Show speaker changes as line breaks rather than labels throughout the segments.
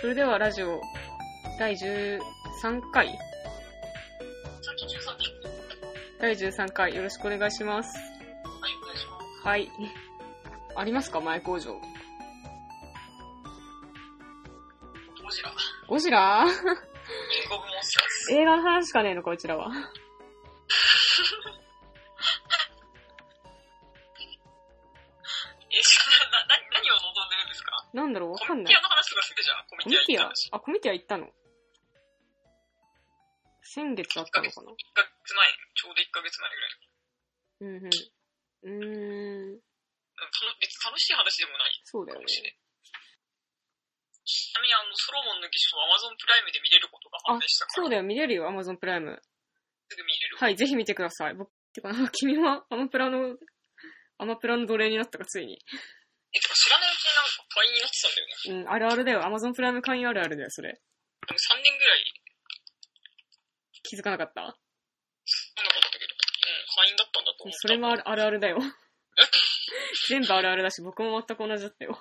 それではラジオ第13回
さっき13
第
回。
13回よろしくお願いします。
はい、お願いします。
はい。ありますか前工場。
ゴジラ。
ゴジラ
キングオブモンスターズ。
映画の話しかねえのか、うちらは。
え、じゃあな、な、何を望んでるんですか
なんだろうわか
コミ
ん
テ
ない
ィア。の話とかするじゃん。コミ
コミ
テ
テ
ィ
ィ
ア
ア
行った話。
あ、コミティア行ったの先月あったのかな
1ヶ月前、ちょうど1ヶ月前ぐらい。
うんうん。うーん、
うんたの別に楽しい話でもない
そうだ
か
よ
も
ね。
しれない。ちなみにあの、ソロモンの儀式を Amazon プライムで見れることが判明した
そ
か
うだよ、
ら、
見れるよ、Amazon プライム。
すぐ見れる。
はい、ぜひ見てください。僕、てか、君はアマプラの、アマプラの奴隷になったか、ついに。
え、てか知らないうちになんか会員になってたんだよね。
うん、あるあるだよ。Amazon プライム会員あるあるだよ、それ。
でも3年ぐらい、
気づかなかった
なかったけど。うん、会員だったんだと思った。
それもあるあるあるだよ。全部あるあるだし、僕も全く同じだったよ。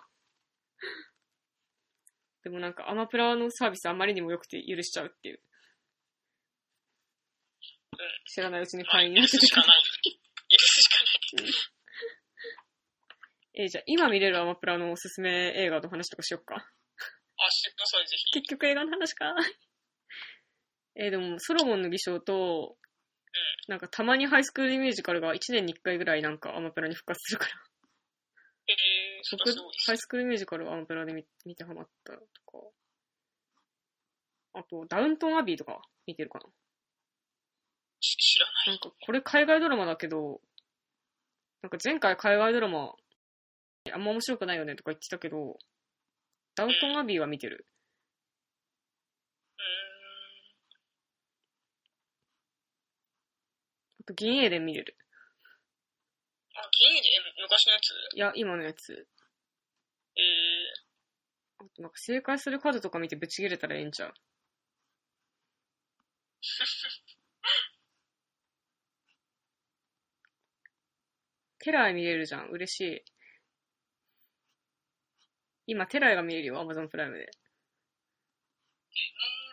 でもなんか、アマプラのサービスあまりにも良くて許しちゃうっていう。知らないうちに
は
会
い、
員に
許
なって
すしか
た。
ない。許すしかない。
えじゃあ今見れるアマプラのおすすめ映画の話とかしよっか。
あ、してください、ぜ ひ。
結局映画の話か。えーでも、ソロモンの偽証と、なんかたまにハイスクールミュージカルが1年に1回ぐらいなんかアマプラに復活するから。
えー、そ
僕
れはすごいで、す。
ハイスクールミュージカルはアマプラで見見てハマったとか。あと、ダウントンアビーとか見てるか
し知らない。
な。なんかこれ海外ドラマだけど、なんか前回海外ドラマ、あんま面白くないよねとか言ってたけど、ダウントンアビーは見てる。
うーん。
あと、銀英伝見れる。
あ、銀で昔のやつ
いや、今のやつ。
えー、
あとなんか正解するカードとか見てブチ切れたらええんちゃうテライ見れるじゃん。嬉しい。今、テライが見れるよ。アマゾンプライムで。
えー、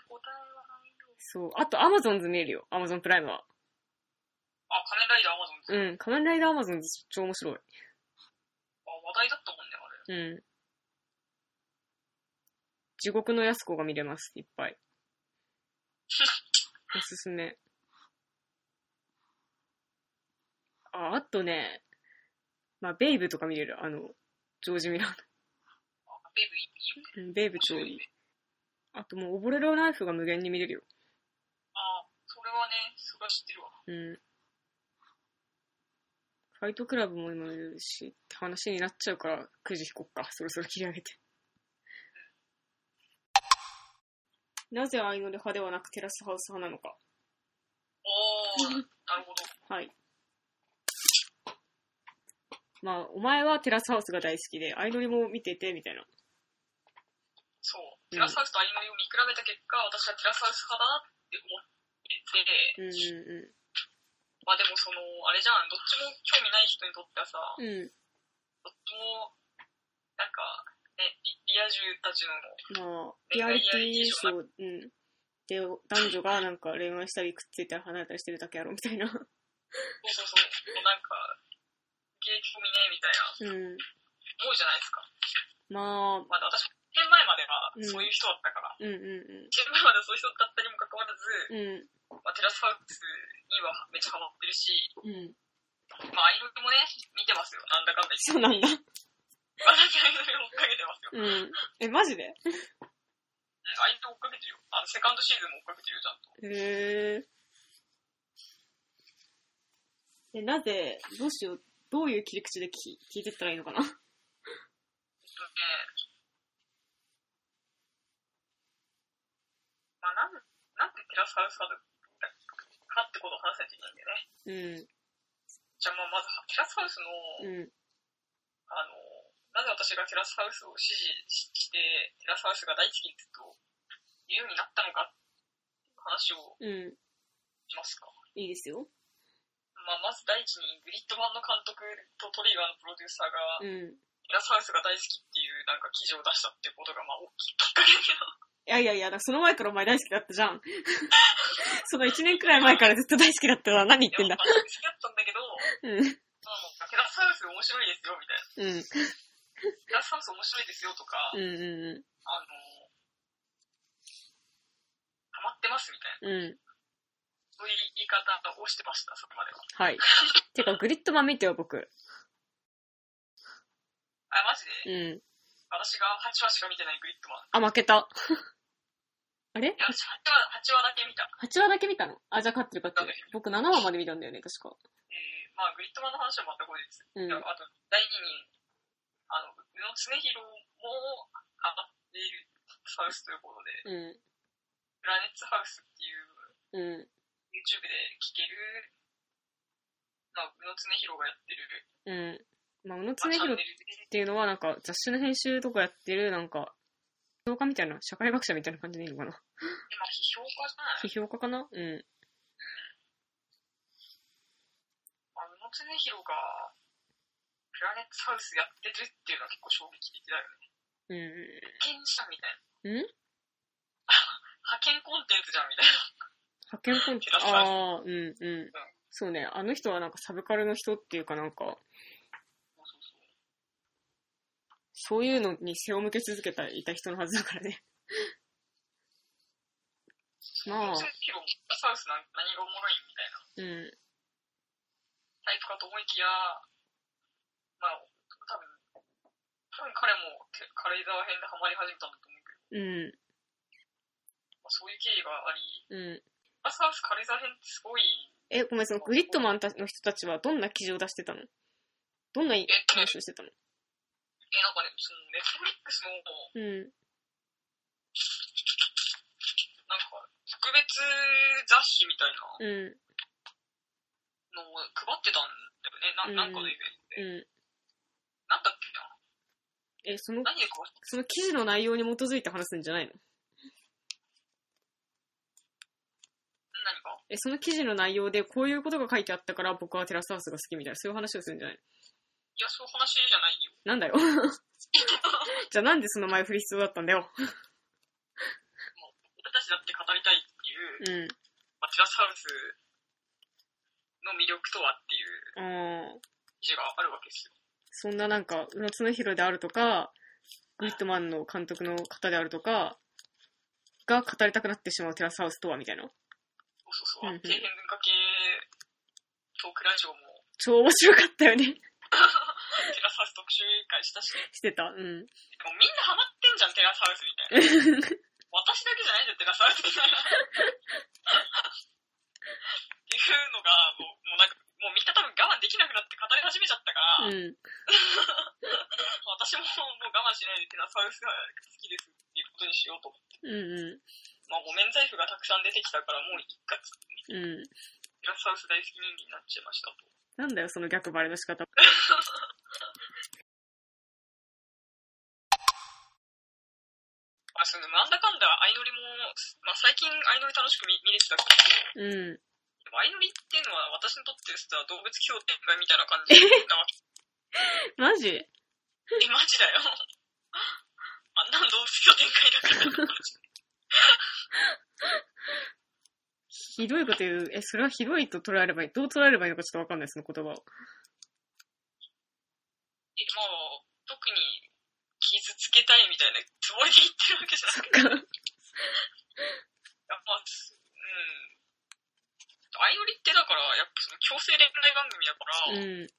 答えはないよ。
そう。あと、アマゾンズ見れるよ。アマゾンプライムは。
あ、仮面ライダーアマゾンズ。
うん。仮面ライダーアマゾンズ超面白い。
あ、話題だったもんね、あれ。
うん。地獄の安子が見れます。いっぱい。おすすめ。あ、あとね、まあ、ベイブとか見れる。あの、ジョージ・ミラー
あ、ベイブいい よね。
の。うんベイブ超いい。あともう、溺れるナイフが無限に見れるよ。
あ、それはね、それは知ってるわ。
うん。ファイトクラブも今見れるし、って話になっちゃうから、くじ引こっか。そろそろ切り上げて。なぜ愛のレ派ではなくテラスハウス派なのか。
おー、 なるほど。
はい。まあ、お前はテラスハウスが大好きで、アイドリも見てて、みたいな。
そう。テラスハウスとアニメを見比べた結果、私はテラスハウス派だなって思ってて、
うんう
まあでもその、あれじゃん、どっちも興味ない人にとってはさ、
んうん。う
どっちも、なんか、ね、リリア充たち
ん。ま
の、
あ、リアリティショー、うん。で、男女がなんか恋愛したりくっついたり離れたりしてるだけやろ、みたいな。
そうそうそう、なんか、芸込みね、みたいな、
うん。
思うじゃないですか。
まあ、
まだ私、1年前までは
うん
そういう人だったから、
うんう
1年前まではそういう人だったにもかかわらず、
んうん。うん。
まあ、テラスハウスにはめっちゃハマってるし、
うん。
まあ、アイドルもね、見てますよ、なんだかん だ言って。
そうなんだ。
私、アイドルを追っかけてますよ。うん
うん。え、マジで
アイドル追っかけてるよ。あの、セカンドシーズンも追っかけてるよ、ちゃ
へ
んと。
え。なぜ、どうしよう、どういう切り口で聞聞いてったらいいのかな
で、まあ、なん、なんでテラスハウスかだかってことを話さないと
う
いけないんだよね。
ん、
じゃあ、まあ、まず、テラスハウスの、
うん、
あの、なぜ私がテラスハウスを支持して、テラスハウスが大好きってと言うようになったのか、話を
う
しますか。
ん。いいですよ。
まあ、まず第一に、グリッド版の監督とトリガーのプロデューサー
うん、
が、テテラスハウスが大好きっていうなんか記事を出したってことがまあ大きいきっかけで
いやいやいや、だからその前からお前大好きだったじゃん。 その1年くらい前からずっと大好きだったな。何言ってんだ
好。きだったんだけど、
うん。
まあテラスハウス面白いですよみたいな。
うん。
テラスハウス面白いですよとか、
うんう
あの、ハマってますみたいな。
んうん。うん。
そういう言い方をしてました、それまでは。
はい。てか、グリッドマン見てよ、僕。
あ、マジ
う
で、
ん。
私が8話しか見てないグリッドマン。
あ、負けた。 あれ
いや、8話、八話だけ見た。
?8 話だけ見たのあ、じゃあ勝ってる勝ってる。僕7話まで見たんだよね、確か。
えー、まあ、グリッドマンの話は全く後日。
うん。
あと、第2に、あの、宇野常宏も上がっているハウスということで、
う
プラネッツハウスっていう、
ん。う
YouTube で聴ける、まあ、宇野常宏がやってる、
ん。うん。まあ、宇野
ま
常
あ、チャンネ
弘
ルで、
っていうのはなんか雑誌の編集とかやってるなんか評価みたいな社会学者みたいな感じでいいのかな
まあ、批評家じゃない
批評家かなうん
あの、宇野常宏が、プラネットハウスやってるっていうのは結構衝撃的だよね。
う
派遣したみたい
んん
な。派遣コンテンツじゃんみたいな。
派遣コンテンツああうんうんそうねあの人はなんかサブカルの人っていうかなんか
そうそうそう。
そういうのに背を向け続けていた人のはずだからね まあ
宇野常宏もプラネットハウスなんか何がおもろいみたいな
うん
タイプかと思いきや、まあ、多分、多分彼もて軽井沢編でハマり始めたんだと思うけど、
うん
まあ、そういう経緯があり、
うん
プラスハウス軽井沢編ってすごい、
えごめんそのグリッドマンたの人たちはどんな記事を出してたのどんな話をしてたの
え、なんかね、そのネットフリックスの、
うん
なんか、特別雑誌みたいな、
う
のを配ってたんだよね、ななんかのイベント
ん
で。
う
なんだっけな、
んえその
何で配って
その記事の内容に基づいて話すんじゃないの
何か
え、その記事の内容でこういうことが書いてあったから僕はテラスハウスが好きみたいな、そういう話をするんじゃない
いや、そういう話じゃないよ。
のなん だよ。じゃあなんでその前振り必要だったんだよ。
俺たちだって語りたいっていう、
うん。
まあ、テラスハウスの魅力とはっていう
あー
記事があるわけですよ。
そんななんか、宇野恒弘であるとか、グリッドマンの監督の方であるとか、が語りたくなってしまうテラスハウスとはみたいな。
そうそうそう
うんう。ん
底辺文化系トークラジオも、
超面白かったよね。
テラスハウス特集会したし、
してた。うん。
もうみんなハマってんじゃん、テラスハウスみたいな。 私だけじゃないじゃん、テラスハウスみたいな。っていうのが、もう、もうなんか、もうみんな多分我慢できなくなって語り始めちゃったから、
うん。
私ももう我慢しないでテラスハウスが好きですっていうことにしようと思って。
う
まあ、もう免罪符がたくさん出てきたから、もう一括、テ
んうん。うん。
ラスハウス大好き人間になっちゃいましたと。
なんだよ、その逆バレの仕方。
あ、その、なんだかんだ、相乗りも、まあ、最近相乗り楽しく見見れてたけ
うん。
ど、でも相乗りっていうのは私にとって実は動物協定みたいな感じ
マ
なわけ。
ジ
え、マジだよ。 あんなの動物協定会だから。
ひどいこと言う。え、それはひどいと捉えればいい。どう捉えればいいのかちょっとわかんない、その言葉を。
え、もう、特に傷つけたいみたいなつもりで言ってるわけじゃなくて。
か。
やっぱ、すうん。相乗りってだから、やっぱその強制恋愛番組だか
う
ら、うん、
ん。
恋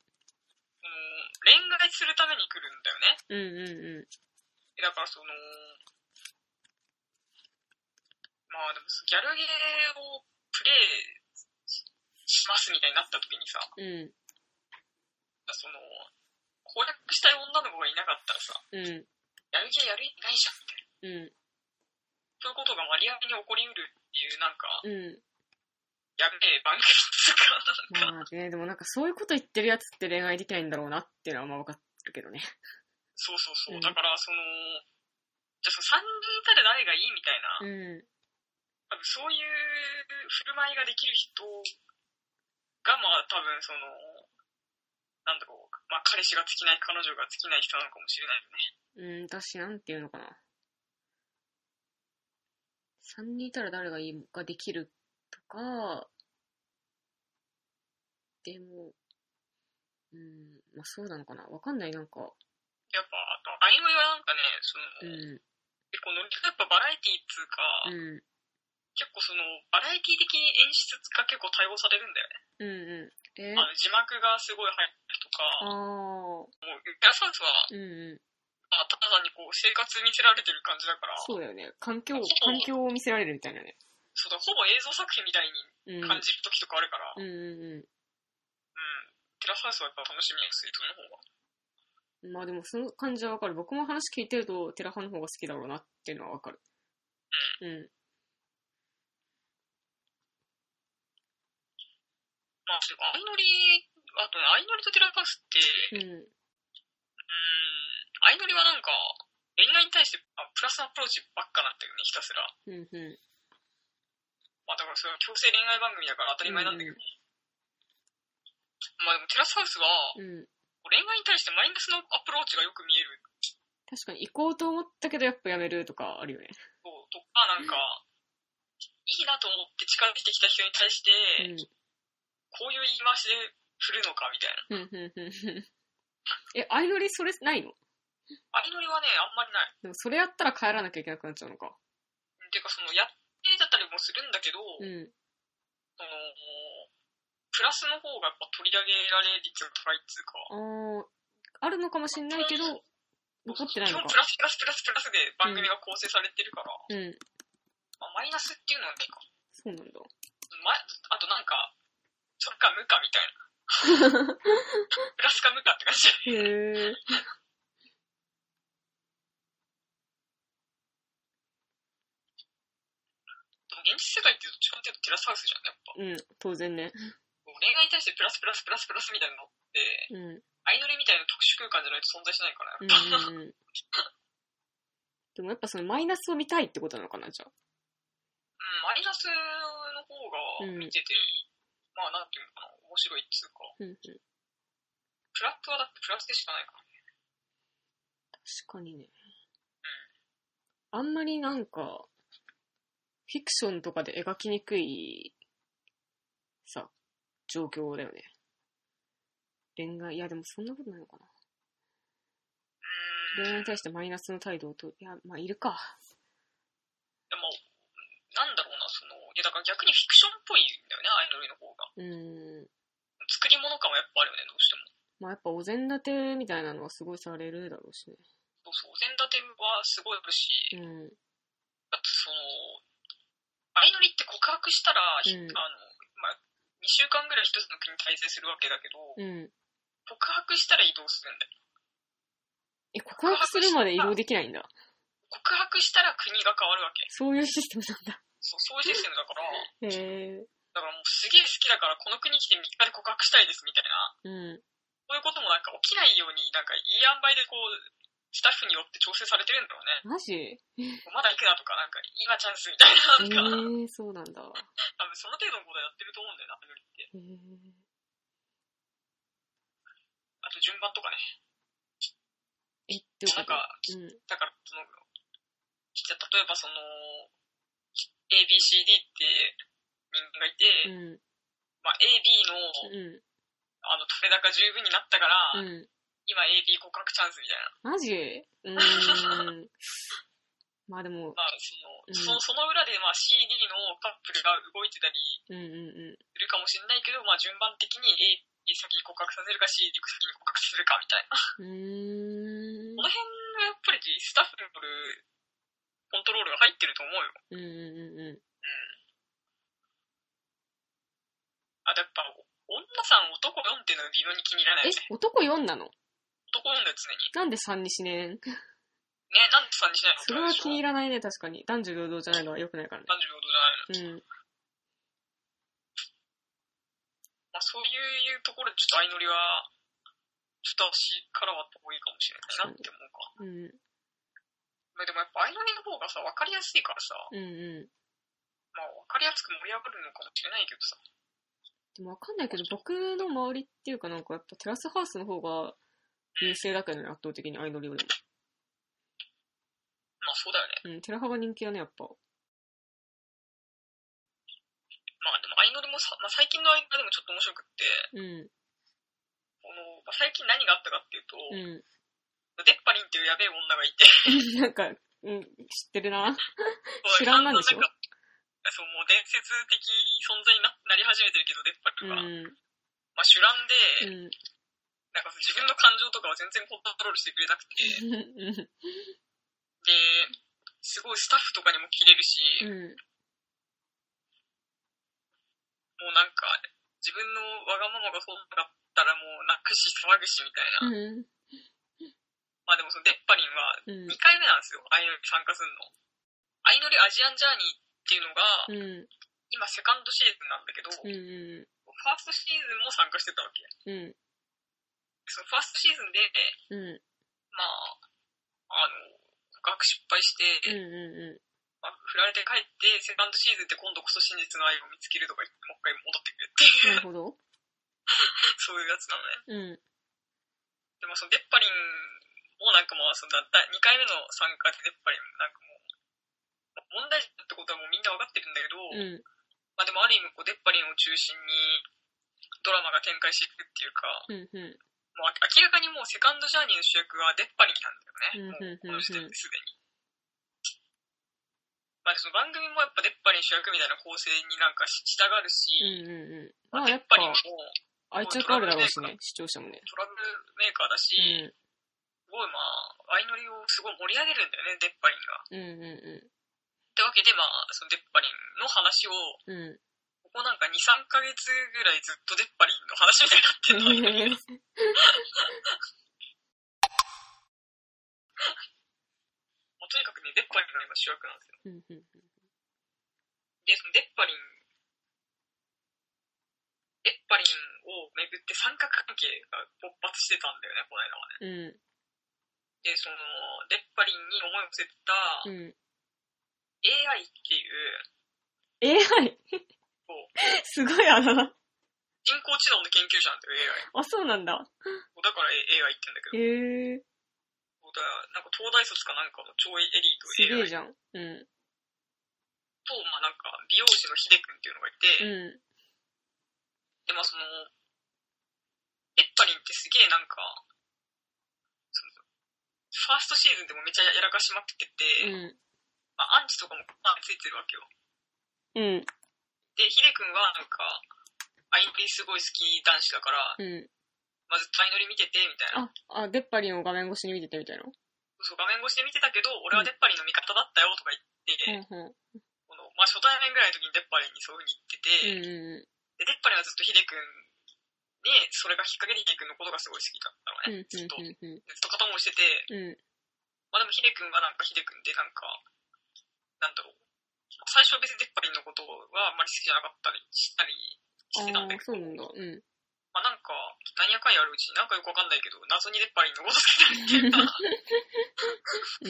愛するために来るんだよね。
うんう
えだからその、まあでもギャルゲーをプレイししますみたいになった時にさ、
んうん。う
その、攻略したい女の子がいなかったらさ、
ん。うん。
やる気やる意味ないじゃんみたいな。
う
そういうことが割合に起こりうるっていう、なんか、
ん。うん。
やべえ番組っていうか、なんか、
まあね、でもなんかそういうこと言ってるやつって恋愛できないんだろうなっていうのはまあわかってるけどね。
そうそうそうう。
ん
だから、その、じゃあその3人いたら誰がいいみたいな、
うん。
多分そういう振る舞いができる人が、まあ多分その、なんだろう、まあ彼氏が尽きない、彼女が尽きない人なのかもしれないよね。
うん、私なんていうのかな。3人いたら誰がいいかできるとか、でも、うん、まあそうなのかな。わかんない、なんか。
やっぱ、あと、アニメはなんかね、そ
うん、
の、結構ノリがやっぱバラエティーっつうか、
う
結構その、バラエティー的に演出が結構対応されるんだよ
ん、うん、
ね。
うん。え
あの字幕がすごい入る
ああ
とか、もう、テラサウスは、
ー、うん、うん。
まあ、ただ単にこう、生活見せられてる感じだから、
そうだよね。環境、
そう
環境を見せられるみたいなね。
そうだ、ほぼ映像作品みたいに
うん。
感じる時とかあるから、うん、
うん、う
テラサウスはやっぱ楽しみやすい、そ
んうん。
の方が。
まあでもその感じはわかる。僕も話聞いてると、テラハの方が好きだろうなっていうのはわかる。うん。
まあ、そうか、相乗り、あとね、相乗りとテラサウスっ
う
て、
ん。
うーん、相乗りはなんか、恋愛に対してあプラスのアプローチばっかなんだよね、ひたすら。
うん、う
まあだからそれは強制恋愛番組だから当たり前なんだけど。まあでもテラスハウスは、
ん。うん。
恋愛に対してマイナスのアプローチがよく見える
確かに行こうと思ったけどやっぱやめるとかあるよね。
とか、なんか、いいなと思って近づいてきた人に対して、こういう言い回しで振るのかみた
う
いな。
ん。うん、うん、うん。え、相乗りそれないの
相乗りはね、あんまりない。
でもそれやったら帰らなきゃいけなくなっちゃうのか。
てかその、やってだったりもするんだけど、
うん。
その、プラスの方がやっぱ取り上げられ率が高いっつうか。
ああ、あるのかもしんないけど、残ってない
基
の
本
か
プ。ラスプラスプラスプラスで番組が構成されてるから、
うん。
まあ、マイナスっていうのはないか。
そうなんだ。
ま、あとなんか、それか無かみたいな。 プラスか無かって感じ。
へえ。
でも現実世界ってどっちかっていうとテラスハウスじゃん、やっぱ。
うん、当然ね。
もう恋愛に対してプラスプラスプラスプラスみたいなのっ
うん。
て、
うん
相乗りみたいな特殊空間じゃないと存在しないから、やっ
うんう
ぱ。
ん。でもやっぱそのマイナスを見たいってことなのかな、じゃあ。
うん、マイナスの方が見てて、まあなんていうのかな、面白いっつうか。
うんうん。確
プラットはだってプラスでしかないからね。
かにね。あんまりなんか、フィクションとかで描きにくい、さ、状況だよね。恋愛、いやでもそんなことないのかな。恋愛
うーん。
に対してマイナスの態度をと、いや、まあいるか。
でも、なんだろうな、その、いやだから逆にフィクションっぽいんだよね、相乗りの方が。
うん。
作り物感はやっぱあるよね、どうしても。
まあやっぱお膳立てみたいなのはすごいされるだろうしね。
そうそう、お膳立てはすごいあるし、
うん。
あとその、相乗りって告白したら、ひ
うん
あの、まあ、2週間ぐらい一つの国に滞在するわけだけど、
うん。
告白したら移動するんだよ。
え、告白するまで移動できないんだ。
告白したら国が変わるわけ。
そういうシステムなんだ。
そう、そういうシステムだから、だ
へえ。
からもうすげえ好きだから、この国来て3日で告白したいですみたい
う
な、
ん。
そういうこともなんか起きないように、なんかいい塩梅でこう、スタッフによって調整されてるんだろうね。
マジえ
まだ行くなとか、なんか今チャンスみたい
え
な、なん
ー、
か、
そうなんだ。
多分その程度のことやってると思うんだよな、相乗りって。
へえ。
あと順番とかね。
え、ってこ
なん
と
か、
うん。
だから、その、じゃあ例えばその、ABCD って人間がいて、
う
まあ AB
ん。
の、
う
あの、取れ高十分になったから、
ん。うん。
今 AB 告白チャンスみたいな。
マジうーん。 まあでも、
まあ、その、
うん
そのその裏で、まあ CD のカップルが動いてたり
うんうんう
するかもしれないけど、まあ順番的に A、先に告白させるか CD 先に告白するかみたいな。
ん。う
この辺がやっぱりスタッフによるコントロールが入ってると思うよ。
ーん。うんうんうん。
あとやっぱ、女さん男4っていうのが微妙に気に入らな
え
いよね。、
男4なの
男4だよ常に。
なんで3にしねん
ね、なんで3にしないの
それは気に入
入らない。
らないね、確かに。男女平等じゃないのは良くないからね。
男女平等じゃない
う
の。
ん。
まあそういうところでちょっと相乗りは、ちょっと私からは遠いかもしれないなって思うか。
うん。
まあでもやっぱ相乗りの方がさ、わかりやすいからさ、
うんうん。
まあわかりやすく盛り上がるのかもしれないけどさ。
でもわかんないけど、僕の周りっていうかなんかやっぱテラスハウスの方が優勢だけどね、圧倒的にアイドルより
まあそうだよね。
も。うん、テラハが人気だね、やっぱ。
まあでもアイノルもさ、まあ最近のアイノルもちょっと面白くって、
うん、
この、まあ、最近何があったかっていうと、
う
デッパリンっていうやべえ女がいて、
ん。なんか、うん、知ってるな。 知
そう
らんなんでしょ
だからなんかそう、もう伝説的存在にななり始めてるけど、デッパ
う
リ
ん
ンが。、まあ主覧
う
で、
ん、
なんか自分の感情とかを全然コントロールしてくれなくて、
うん、
で、すごいスタッフとかにも切れるし、
うん、
もうなんか、自分のわがままがそうだったらもう泣くし騒ぐしみたいな。
うん、
まあでもそのデッパリンは
うん
2、回目なんですよ、アイノリ参加するの。アイノリアジアンジャーニーっていうのが、
うん、
今セカンドシーズンなんだけど、ファー
うん、
ストシーズンも参加してたわけ。
うん、
そのファーストシーズンで、
うん、
まあ、あの、告白失敗して、
う
まあ、振られて帰って、セカンドシーズンって今度こそ真実の愛を見つけるとか言って、もう一回戻ってくるって
ん、な
いう、
るほど。
そういうやつなのね。
うん、
でもそのデッパリンもなんかまあそのだだ2回目の参加でデッパリンもなんかもう、まあ問題児だってことはもうみんなわかってるんだけど、
うん、
まあでもある意味こうデッパリンを中心にドラマが展開していくっていうか、
うん、うん、
もうあ明らかにもうセカンドジャーニーの主役はデッパリンなんだよね。
うんうんうんうん
もうこの時点ですでに。まあでその番組もやっぱデッパリン主役みたいな構成になんかし従う
うん、
し、
うん。ま
ま
あ
あ、
や
デ
っ
ッパリン
ぱ
も、ト
愛着あるだろうしね、視聴者もね。
ラブルメーカーだし、すごいまあ、相乗りをすごい盛り上げるんだよね、デッパリンが。
うん、うん、う
ってわけで、まあ、そのデッパリンの話を、
ん、うん。
ここなんか2、3ヶ月ぐらいずっとデッパリンの話みたいになってるのもうとにかくね、デッパリンが今主役なんで
うん、う
すよ。
ん、
で、そのデッパリン、デッパリンをめぐって三角関係が勃発してたんだよね、この間
う
はね。
ん、
で、その、デッパリンに思いを寄せた
うん。
AI っていう
AI! すごいあだ
人工知能の研究者なんだよ、AI。
あ、そうなんだ。
だから
へ。
AI って言うんだけど
え
そうだなんか東大卒かなんかの超エリート
すげえ
AI
じゃん。うん、
と、まあなんか美容師のヒデ君っていうのがいて、
う
でまあその、エッパリンってすげえなんか、そのファーストシーズンでもめちゃやらかしまくって
ん、うん、
て、まあ、アンチとかもまあついてるわけよ。
うん、
で、ヒデ君はなんか、アイノリすごい好き男子だから、
うん。
まあ、ずっとアイノリ見てて、みたいな。
あ、あ、出っ張りの画面越しに見ててみたいな。
そう、画面越しで見てたけど、俺はデッパリンの味方だったよとか
うん
言って、、
うん、
このまあ、初対面ぐらいの時にデッパリンにそうい
う
う風に言っ
ん、う
てて、で、デッパリンはずっとヒデ君に、それがきっかけでヒデ君のことがすごい好きだった
ん、うん、
のね。ずっと、ずっ
うん、うん、
と片思いしてて、
うん。
まあでもヒデ君はなんかヒデ君でなんか、なんだろう。最初は別にデッパリンのことはあんまり好きじゃなかったりしたりしてた
ああ
んだ
ー
け、
そう
ど、
なんだ。うん。
まあなんか、なんやかんやあるうちになんかよくわかんないけど、謎にデッパリンのこと好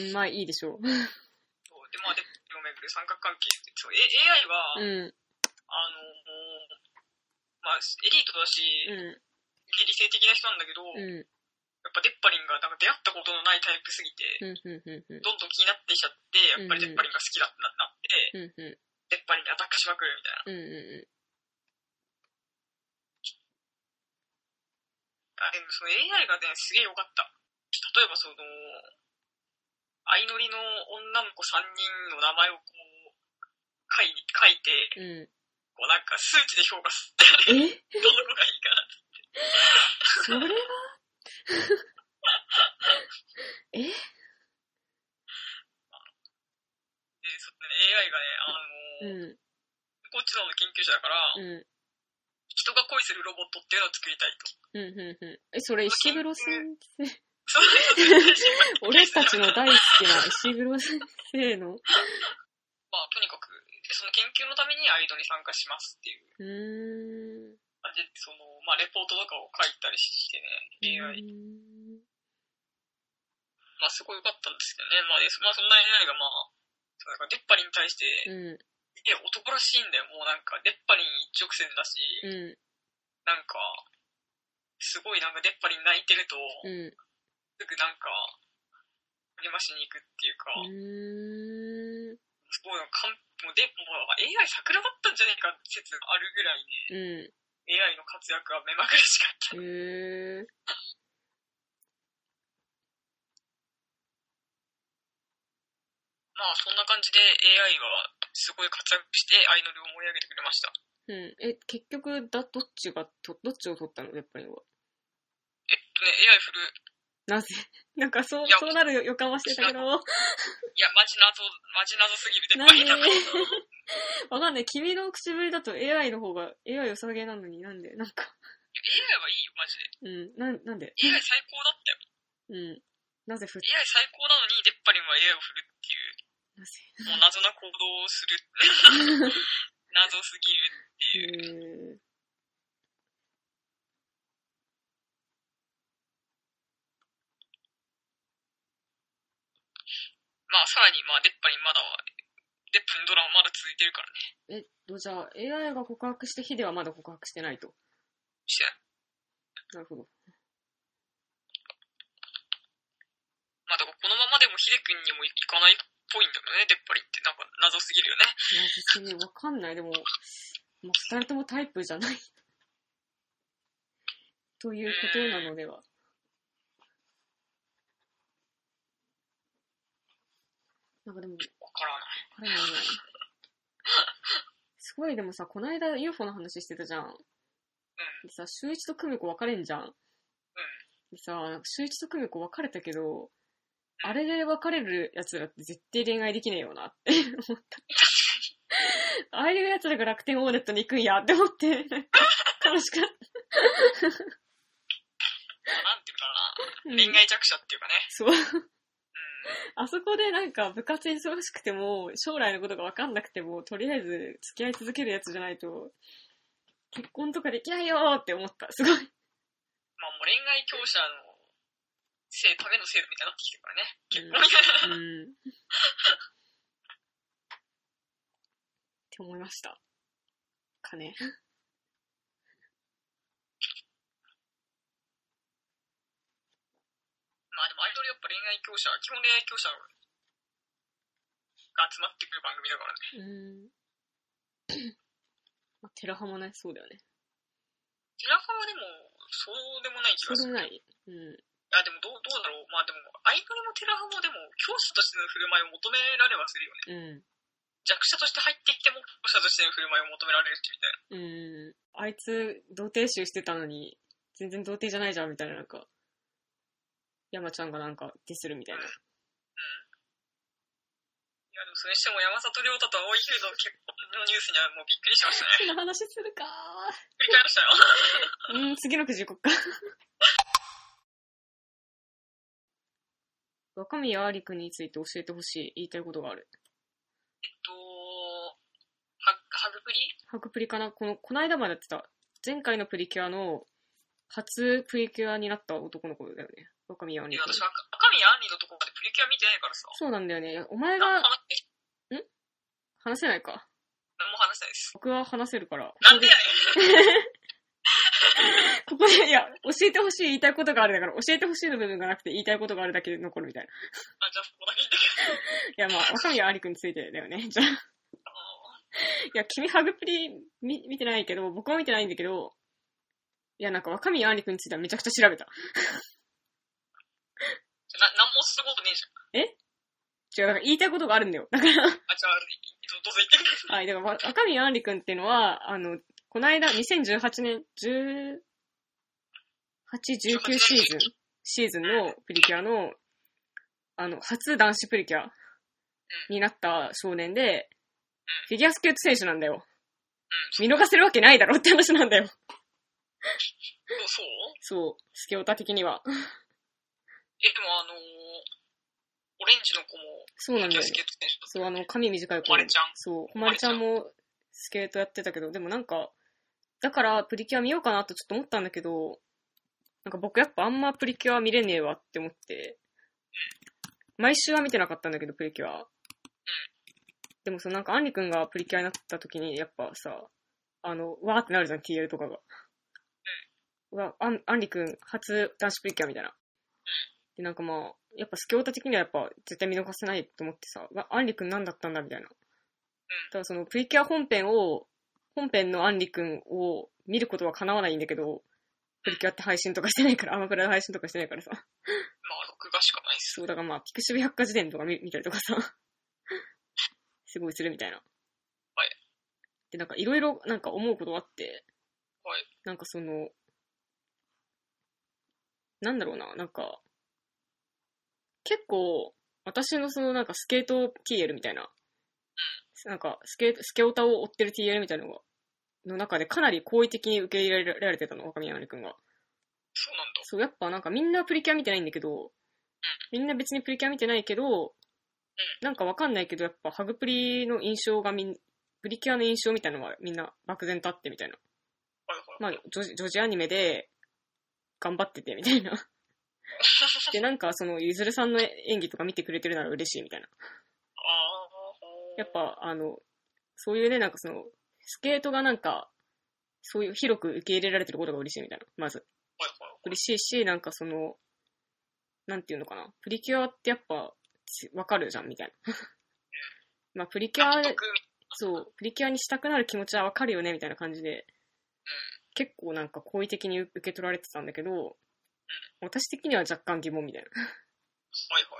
きに
うん
なってた。
まあ、いいでしょ
そうで、まあデッパリンをめぐる三角関係って、そう A- AI
う。うん、
は、あのまあエリートだし、
う
理性的な人なんだけど、
ん、うん、
やっぱデッパリンがなんか出会ったことのないタイプすぎて、
うん、うん、うん、うん
どんどん気になってきちゃって、やっぱりデッパリンが好きだってなって、、
うん、うん、
デッパリンにアタックしまくるみたいな。
うん、う
あでもその AI がね、すげえ良かった。例えばその、相乗りの女の子3人の名前をこう、書い書い
ん、
て、
うん。
こうなんか数値で評価す
え
る。どの子がいいかなって。
それはえ
で、その AI が
うん、
ね、あの、こっちの研究者だから、
うん、うん
人が恋するロボットっていうのを作りた いと。、
うん、うん。え、それ石黒先生
そういうのを作りた
俺た
いし
ちの大好きな石黒先生の。
まあ、とにかく、その研究のためにアイドルに参加しますっていう
うーん。
感じで、その、まあ、レポートとかを書いたりしてね、AI まあ、すごい良かったんですけどね。まあ、でまあ、そんな AI がまあ、そうなんか、デッパリンに対して、
うん、
え、男らしいんだよ。もうなんか、デッパリン一直線だし、
う
なんか、すごいなんか出っ張りに泣いてると、
うん。
すぐなんか、励ましに行くっていうか、
うーん。
すごいかん、もうで、もう AI 桜だったんじゃねえかって説あるぐらいね、
う
AI の活躍は目まぐるしかった。
ん。へえ。
まあそんな感じで AI はすごい活躍してアイドルを盛り上げてくれました。
うん。え、結局、だ、どっちが、と、どっちを取ったのやっぱりは。
えっとね、AI 振る、
なぜ なんか、そう
いや、
そうなる予感はしてたけど、
いや、マジ謎、マジ謎すぎるでっ
なん
ぱ
で
りだから。
わかんない。君の口ぶりだと AI の方が、AI 良さげなのになんでなんか、
AI はいいよ、マジで。
うん。なん、なんで
AI 最高だったよ。
うん。なぜふ、
AI 最高なのに、出っ張りも AI を振るっていう。
な ぜ
もう謎な行動をする。 謎すぎる。
へえ。
まあ、さらに、まあ、デッパにまだは、デップのドラマまだ続いてるからね。
えっと、じゃあ、AI が告白して、ヒデはまだ告白してないと。
して
なるほど。
まあ、だからこのままでもヒデ君にも行かないっぽいんだけどね、デッパリって。なんか、謎すぎるよね。
いや、別にわかんない。でも、まあ、二人ともタイプじゃない。 ということなのでは。なんかでも、わ
わからない。
からないな。すごい、でもさ、この間 UFO の話してたじゃん。でさ、周一と久美子別れんじゃん。でさ、なんか周一と久美子別れたけど、あれで別れる奴らって絶対恋愛できねえよなって思った。 ああいう奴らが楽天オーデットに行くんやって思って、なんか楽しかった。
まあ、なんていうかな。
うん
恋愛弱者っていうかね。
そう。
うん。
あそこでなんか部活忙しくても、将来のことがわかんなくても、とりあえず付き合い続けるやつじゃないと、結婚とかできないよーって思った。すごい。
まあ、もう恋愛強者の、せい、ための制度みたいになってきてる
うん
からね。結婚みたいな。
うんって思いました。かね。
まあでもアイドルやっぱ恋愛教者、基本恋愛教者が集まってくる番組だから
う
ね。
ん。まあ、テラハもね、そうだよね。
寺川はでも、そうでもない気
そ
が
うですもな
る。
い。うん。
あ、でもどう、どうだろう。まあでも、アイドルも寺川もでも、教師としての振る舞いを求められはするよね。
う
弱者として入ってきても、教者としての振る舞いを求められるし、みた
ん。うん。あ
いな。
いつ、童貞集してたのに、全然童貞じゃないじゃん、みたいな、なんか。山ちゃんがなんか、ディスるみたいな。
いや、でもそれにしても山里亮太と青井優の結婚のニュースにはもうびっくりし ましたね。
そんな話するか
びっくりしましたよ。
ー。うん、次のくじ行こっか。若宮有君について教えてほしい。言いたいことがある。
えっと、は、ハグプリ
ハグプリかなこの、この間までやってた。前回のプリキュアの、初プリキュアになった男の子だよね。若宮
い
兄
や、
君
私、。赤宮杏里のとこまでプリキュア見てないからさ。
そうなんだよねいや。お前
何も
が
話して、
話せないか。
何も話してないです。
僕は話せるから。
なんでやねん。
ここで、いや、教えてほしい言いたいことがあるだから、教えてほしいの部分がなくて言いたいことがあるだけで残るみたいな。
あ、じゃあ、ここだけ言ってくれ。
いや、まあ、若宮有君についてだよね。じゃあ。
あの
いや、君ハグプリ見見てないけど、僕は見てないんだけど、いや、なんか若宮有君についてはめちゃくちゃ調べた。
な、何もすることねえじゃん。
違う、なんか言いたいことがあるんだよ。だから、
あ、じゃあ、どどうぞ言ってみて。
はい、だからわ若宮あんりくんっていうのは、あの、この間、2018年、18、19シーズン、シーズンのプリキュアの、あの、初男子プリキュアになった少年で、フィギュアスケート選手なんだよ。見逃せるわけないだろって話なんだよ。
うん、そうそう
そう、スケオタ的には。
え、でもあのー、オレンジの子も、
そうなんだよね
ス。ケート選手
そう、あの、髪短い
と、
子
マ。レちゃん。
そう、ほまりちゃんもスケートやってたけど、でもなんか、だからプリキュア見ようかなとちょっと思ったんだけど、なんか僕やっぱあんまプリキュア見れねえわって思って、毎週は見てなかったんだけど、プリキュア。でもそのなんか、アンリ君がプリキュアになった時に、やっぱさ、あの、わーってなるじゃん、TL とかが。は、あん、あんりくん、初男子プリキュアみたいな。で、なんかまあ、やっぱスキョータ的にはやっぱ絶対見逃せないと思ってさ、わあんりくん何だったんだみたいな。だからそのプリキュア本編を、本編のあんりくんを見ることは叶わないんだけど、プリキュアって配信とかしてないから、アマプラで配信とかしてないからさ。
まあ、録画しかないっす。
そう、だからまあ、ピクシブ百科事典とか見見たりとかさ、 すごいするみたいな。
はい。
で、なんかいろいろなんか思うことがあって、
はい。
なんかその、なんだろうな、なんか、結構、私のそのなんかスケート TL みたいな、なんかスケート、スケオタを追ってる TL みたいなのが、の中でかなり好意的に受け入れられてたの、若宮成くんが。
そうなんだ。
そう、やっぱなんかみんなプリキュア見てないんだけど、みんな別にプリキュア見てないけど、なんかわかんないけど、やっぱハグプリの印象がみん、プリキュアの印象みたいなのはみんな漠然とあってみたいな。
はいはい。
まあ、女子女子アニメで頑張っててみたいな。 で、なんかそのゆずるさんの演技とか見てくれてるなら嬉しいみたいな。
あー
やっ、ぱ、あの、そういうね、なんかその、スケートがなんか、そういう広く受け入れられてることが嬉しいみたいな、まず。
はいはい。
嬉しいし、なんかその、なんていうのかな、プリキュアってやっぱ、しわかるじゃん、みたいな。 まあ、プリキュア
納、得
そう、プリキュアにしたくなる気持ちはわかるよね、みたいな感じで、結構なんか好意的に受け取られてたんだけど、私的には若干疑問みたいな。
はいはい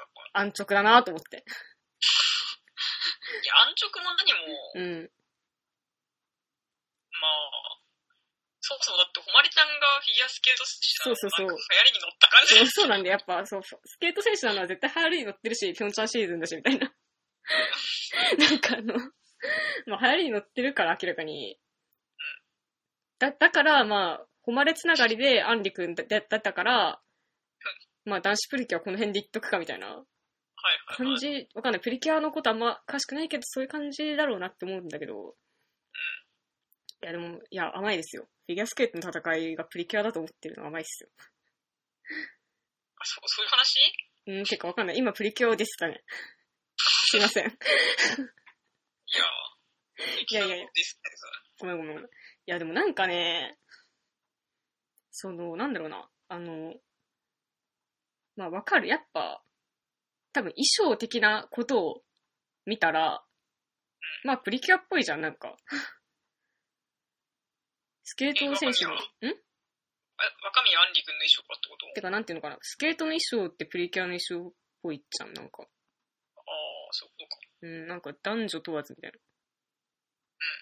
はい。
安直だなと思って。
いや、安直も何
う
も、
ん。
まあ、 そもそもだって、ほまりちゃんがフィギュアスケートした
そうそうそう
なんか流行りに乗った感じ
そうそうなんで、やっぱ、そう、そうスケート選手なのは絶対流行りに乗ってるし、ピョンチャンシーズンだし、みたいな。 なんかあの、まあ、流行りに乗ってるから、明らかに。だ、だから、まあ、誉れつながりで、アンリ君だだだったから、まあ、男子プリキュアこの辺で言っとくか、みたいな
はいはいはい。
感じ、わかんない。プリキュアのことあんま詳しくないけど、そういう感じだろうなって思うんだけど。いや、でも、いや、甘いですよ。フィギュアスケートの戦いがプリキュアだと思ってるのは甘いっすよ。
あそうそういう話
うん、結構わかんない。今、プリキュアでしたね。 すいません。
いや
いやいやいや
ですね、それ
ごめんごめんごめん。いや、でもなんかね、その、なんだろうな、あの、まあわかる。やっぱ、多分衣装的なことを見たら、まあプリキュアっぽいじゃん、なんか。スケート選手の、ん
あ若宮あんりくんの衣装かってこと
てかなんていうのかな、スケートの衣装ってプリキュアの衣装っぽいっちゃん、なんか。
ああ、そうか。
うん、なんか男女問わずみたいな。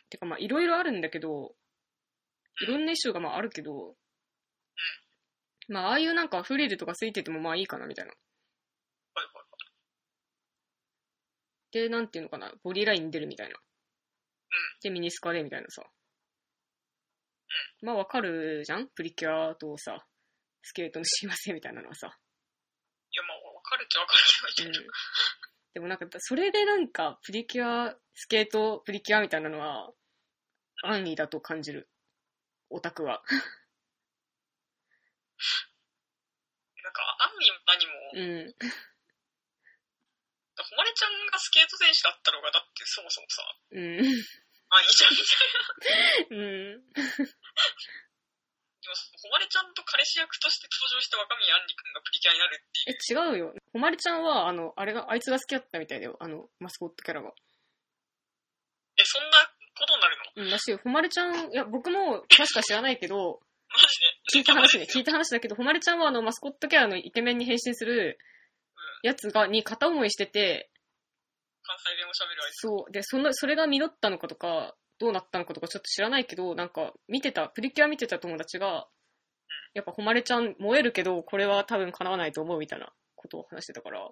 てかまあいろいろあるんだけど、いろんな衣装がまああるけど、まあああいうなんかフリルとかついててもまあいいかなみたいな。
はいはいはい。
で、なんていうのかな、ボディライン出るみたいな。で、ミニスカでみたいなさ。まあわかるじゃんプリキュアとさ、スケートの親和性みたいなのはさ。
いや、まあ、わかるっちゃわかる
う
け
ん
ど、いや、
でもなんか、それでなんか、プリキュア、スケート、プリキュアみたいなのは、安易だと感じる。オタクは。
なんか、あんりも何も、
うん。
ほまれちゃんがスケート選手だったのが、だってそもそもさ、
うん。
あ、いいじゃんみたいな。
うん。
でも、ほまれちゃんと彼氏役として登場した若宮あんりくんがプリキュアになるって
え、違
いう。
うよ。ほまりちゃんは、あの、あれが、あいつが好きだったみたいだよ。あの、マスコットキャラが。
え、そんなことになる
う
の
ん、だし、ほまりちゃん、いや、僕も確か知らないけど、
マジで
聞いた話ね、聞いた話だけど、ほまりちゃんはあの、マスコットキャラのイケメンに変身する、やつが、に片思いしてて、
関西弁を喋るあいつ。
そう。で、その、それが実ったのかとか、どうなったのかとかちょっと知らないけど、なんか、見てた、プリキュア見てた友達が、やっぱ、誉れちゃん燃えるけど、これは多分叶わないと思うみたいなことを話してたから、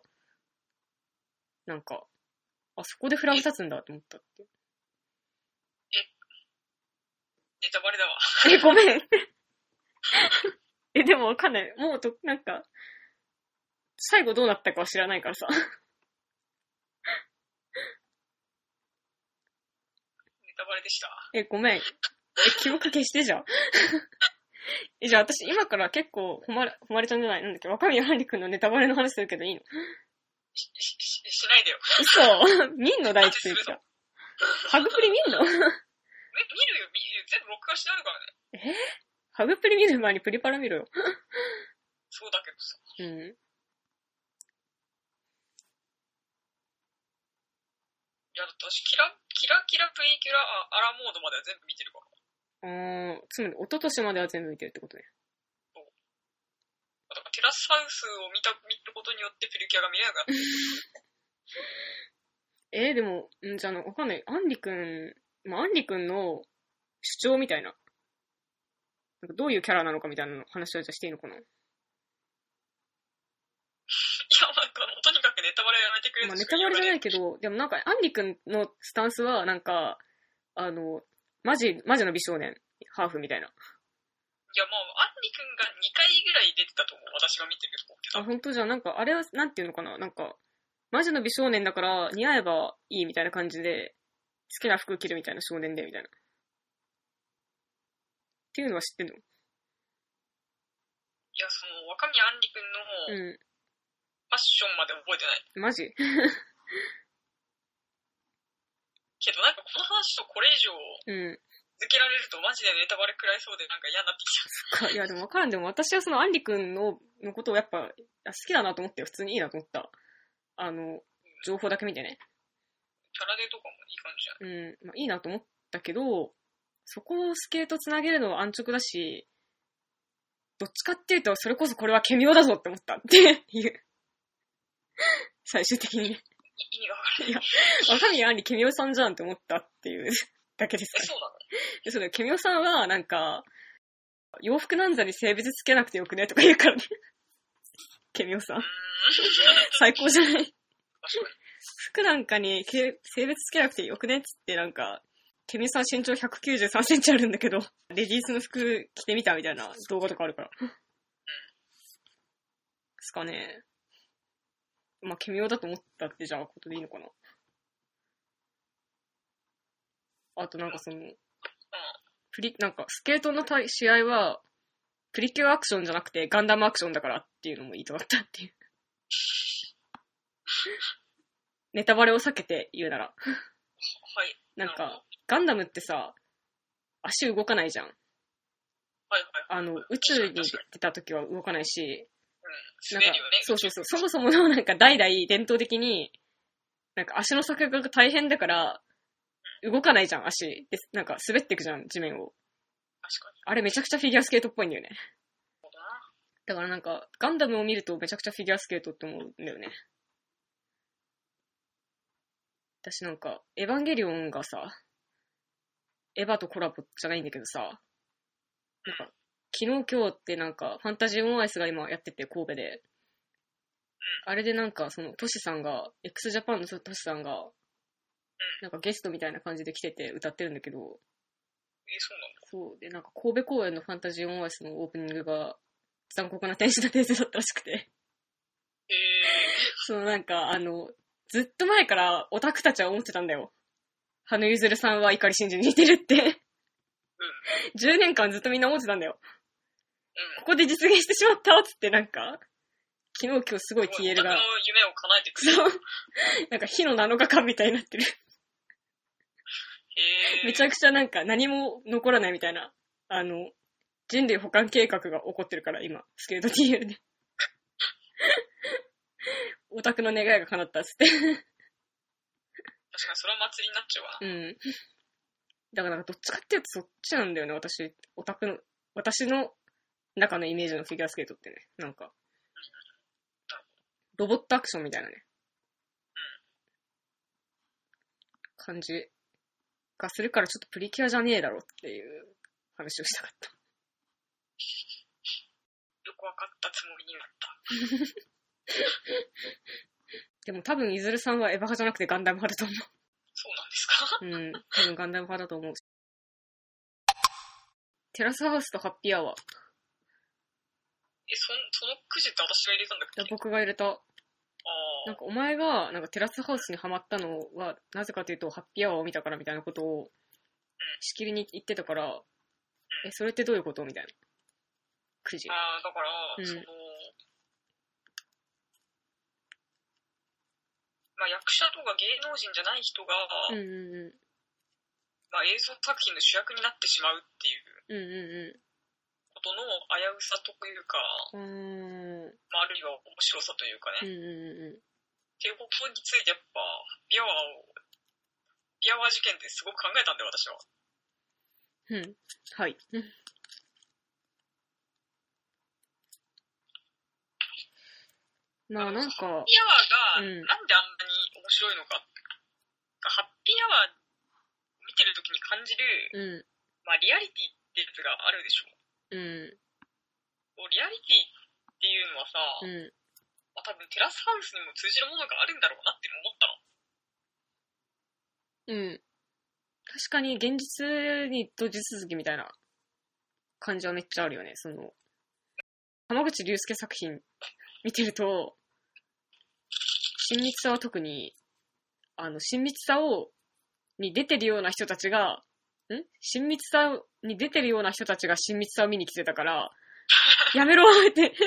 なんか、あそこでフラグ立つんだと思ったって。
ネタバレだわ。
え、ごめん。 え、でもわかんない。もうと、なんか、最後どうなったかは知らないからさ。
ネタバレでした。
え、ごめん。え、記憶消してじゃん。 え、じゃあ私今から結構、ほまれ、ほまれちゃんじゃない、なんだっけ、若宮あんりくんのネタバレの話するけどいいの
し、し、ししないでよ。
嘘 見んの第一プリキュア。ハグプリ見んの
み見るよ、見るよ。全部録画してあるからね。
ハグプリ見る前にプリパラ見ろよ。
そうだけどさ。
うん。
いや、だって私、キラ、キラキラプリキュラあアラモードまでは全部見てるから。
あー、つまり、一昨年までは全部見てるってことね。
だからテラスハウスを見た、見ることによってプリキュアが見れなくな
えー、でも、
った。
んじゃあの、わかんない。アンリくん、まあ、アンリくんの主張みたいな。なんかどういうキャラなのかみたいなの話をじゃあしていいのかな。
いや、なんかもうとにかくネタバレやめてくれ。
まあ、ネタバレじゃないいけど、でもなんか、アンリ君のスタンスは、なんか、あの、マジ、マジの美少年、ハーフみたいな。
いや、もう、アンリ君が2回ぐらい出てたと思う。私が見てると思うけ
あ、
ど。
本当じゃん、なんか、あれは、なんていうのかな、なんか、マジの美少年だから、似合えばいいみたいな感じで、好きな服着るみたいな少年で、みたいな。っていうのは知ってんの
いや、その、若宮アンリ君のファ
う
ッションまで覚えてない。
ん。マジ
けど、なんかこの話とこれ以
う
上
ん。
続けられるとマジでネタバレ食らいそうでなんか嫌になってきちゃう。
そっか、いや、でもわからん。でも私はその、アンリ君の、のことをやっぱ、あ好きだなと思って、普通にいいなと思った。あの、情報だけ見てね。
キャラデーとかもいい感じじゃん。
うん、まあ、いいなと思ったけど、そこをスケートつなげるのは安直だし、どっちかっていうと、それこそこれはケミオだぞって思ったっていう。 最終的にね。
い意味がわからない。
若宮あんりケミオさんじゃんって思ったっていう だけです
え、
か
そうなの
ら。そうだよ、ケミオさんはなんか、洋服なんざに性別つけなくてよくねとか言うからね。 ケミオさん
うー。ん。
最高じゃない
確かに。
服なんかにけ性別つけなくてよくねっつってなんか、ケミさん身長193センチあるんだけど、レディースの服着てみたみたいな動画とかあるから。ですかね。まあ、ケミオだと思ったってじゃあことでいいのかな。あとなんかその、プリ、なんかスケートの対試合は、プリキュアアクションじゃなくてガンダムアクションだからっていうのもいいとだったっていう。ネタバレを避けて言うなら。
はい。
なん
なるほ
か、ガンダムってさ、足動かないじゃん。
はいはい。
あの、宇宙に出た時は動かないし、なん
滑
か
るよね。、
そうそうそう、そもそものなんか代々伝統的に、なんか足の錯覚が大変だから、動かないじゃん、足。で、なんか滑ってくじゃん、地面を。
確かに。
あれめちゃくちゃフィギュアスケートっぽいんだよね。
そうだな。
だからなんか、ガンダムを見るとめちゃくちゃフィギュアスケートって思うんだよね。私なんか、エヴァンゲリオンがさ、エヴァとコラボじゃないんだけどさ、なんか、昨日今日ってなんか、ファンタジーオンアイスが今やってて、神戸で。あれでなんか、その、トシさんが、x ジャパンのトシさんが、なんかゲストみたいな感じで来てて歌ってるんだけど、
え、そうなの
そう。で、なんか神戸公演のファンタジーオンアイスのオープニングが残酷な天使の伝説だったらしくて。
えー、
そのなんか、あの、ずっと前からオタクたちは思ってたんだよ。羽生結弦さんは怒り真珠に似てるって。10年間ずっとみんな思ってたんだよ。ここで実現してしまったっつってなんか、昨日今日すごい
うん。
TL
僕
が
の、夢を叶えてくれる。
そう、なんか火の7日間みたいになってる。
えー、
めちゃ
くち
くちゃなんか何も残らないみたいな、あの、人類保管計画が起こってるから、今、スケート TL で。 オタクの願いが叶ったっつって。
ゃ。確かに、それは祭りになっちゃうわ
う
な。
ん。だからなんかどっちかっていうとそっちなんだよね、私。オタクの、私の中のイメージのフィギュアスケートってね。なんか、ロボットアクションみたいなね。感じがするからちょっとプリキュアじゃねえだろっていう話をしたかった。
よくわかったつもりになった。
でも多分、いずるさんはエヴァ派じゃなくてガンダム派だと思
そうなんです
う。
か
うん。多分ガンダム派だと思う。テラスハウスとハッピーアワー。
え、そんそのくじって私が入れたんだ
だ
っけ
僕が入れた。
あ
なん
あ。
かお前が、なんかテラスハウスにハマったのは、なぜかというと、ハッピーアワーを見たからみたいなことを、しきりに言ってたから、え、それってどういうことみたいな。くじ。
ああ、だから、
うん
その、まあ、役者とか芸能人じゃない人が、
うんうんう。
まあ、映像作品の主役になってしまうっていうん
うんうんう
ことの危うさというか、
うーん。うん
まあ、あるいは面白さというか
うん
ね、っ
う
ていうことについてやっぱ、ビアワーを、ビアワー事件ってすごく考えたんだよ、私は。
んうん。うん。はい。うんまあなんか
ビ、アワ
うん
ーが、なんであんなに面白いのか、ハッピーアワー見てるときに感じる、
うん。
まあ、リアリティってやつがあるでしょ。
う
こうリアリティっていうのはさ、
ん。うん。
まあ、多分テラスハウスにも通じるものがあるんだろうなって
うん。
思ったの。
確かに現実にと地続きみたいな感じはめっちゃあるよね。その、浜口竜介作品見てると、親密さは特に、あの、親密さを、に出てるような人たちが、ん親密さに出てるような人たちが親密さを見に来てたから、やめろって。 なっ
画面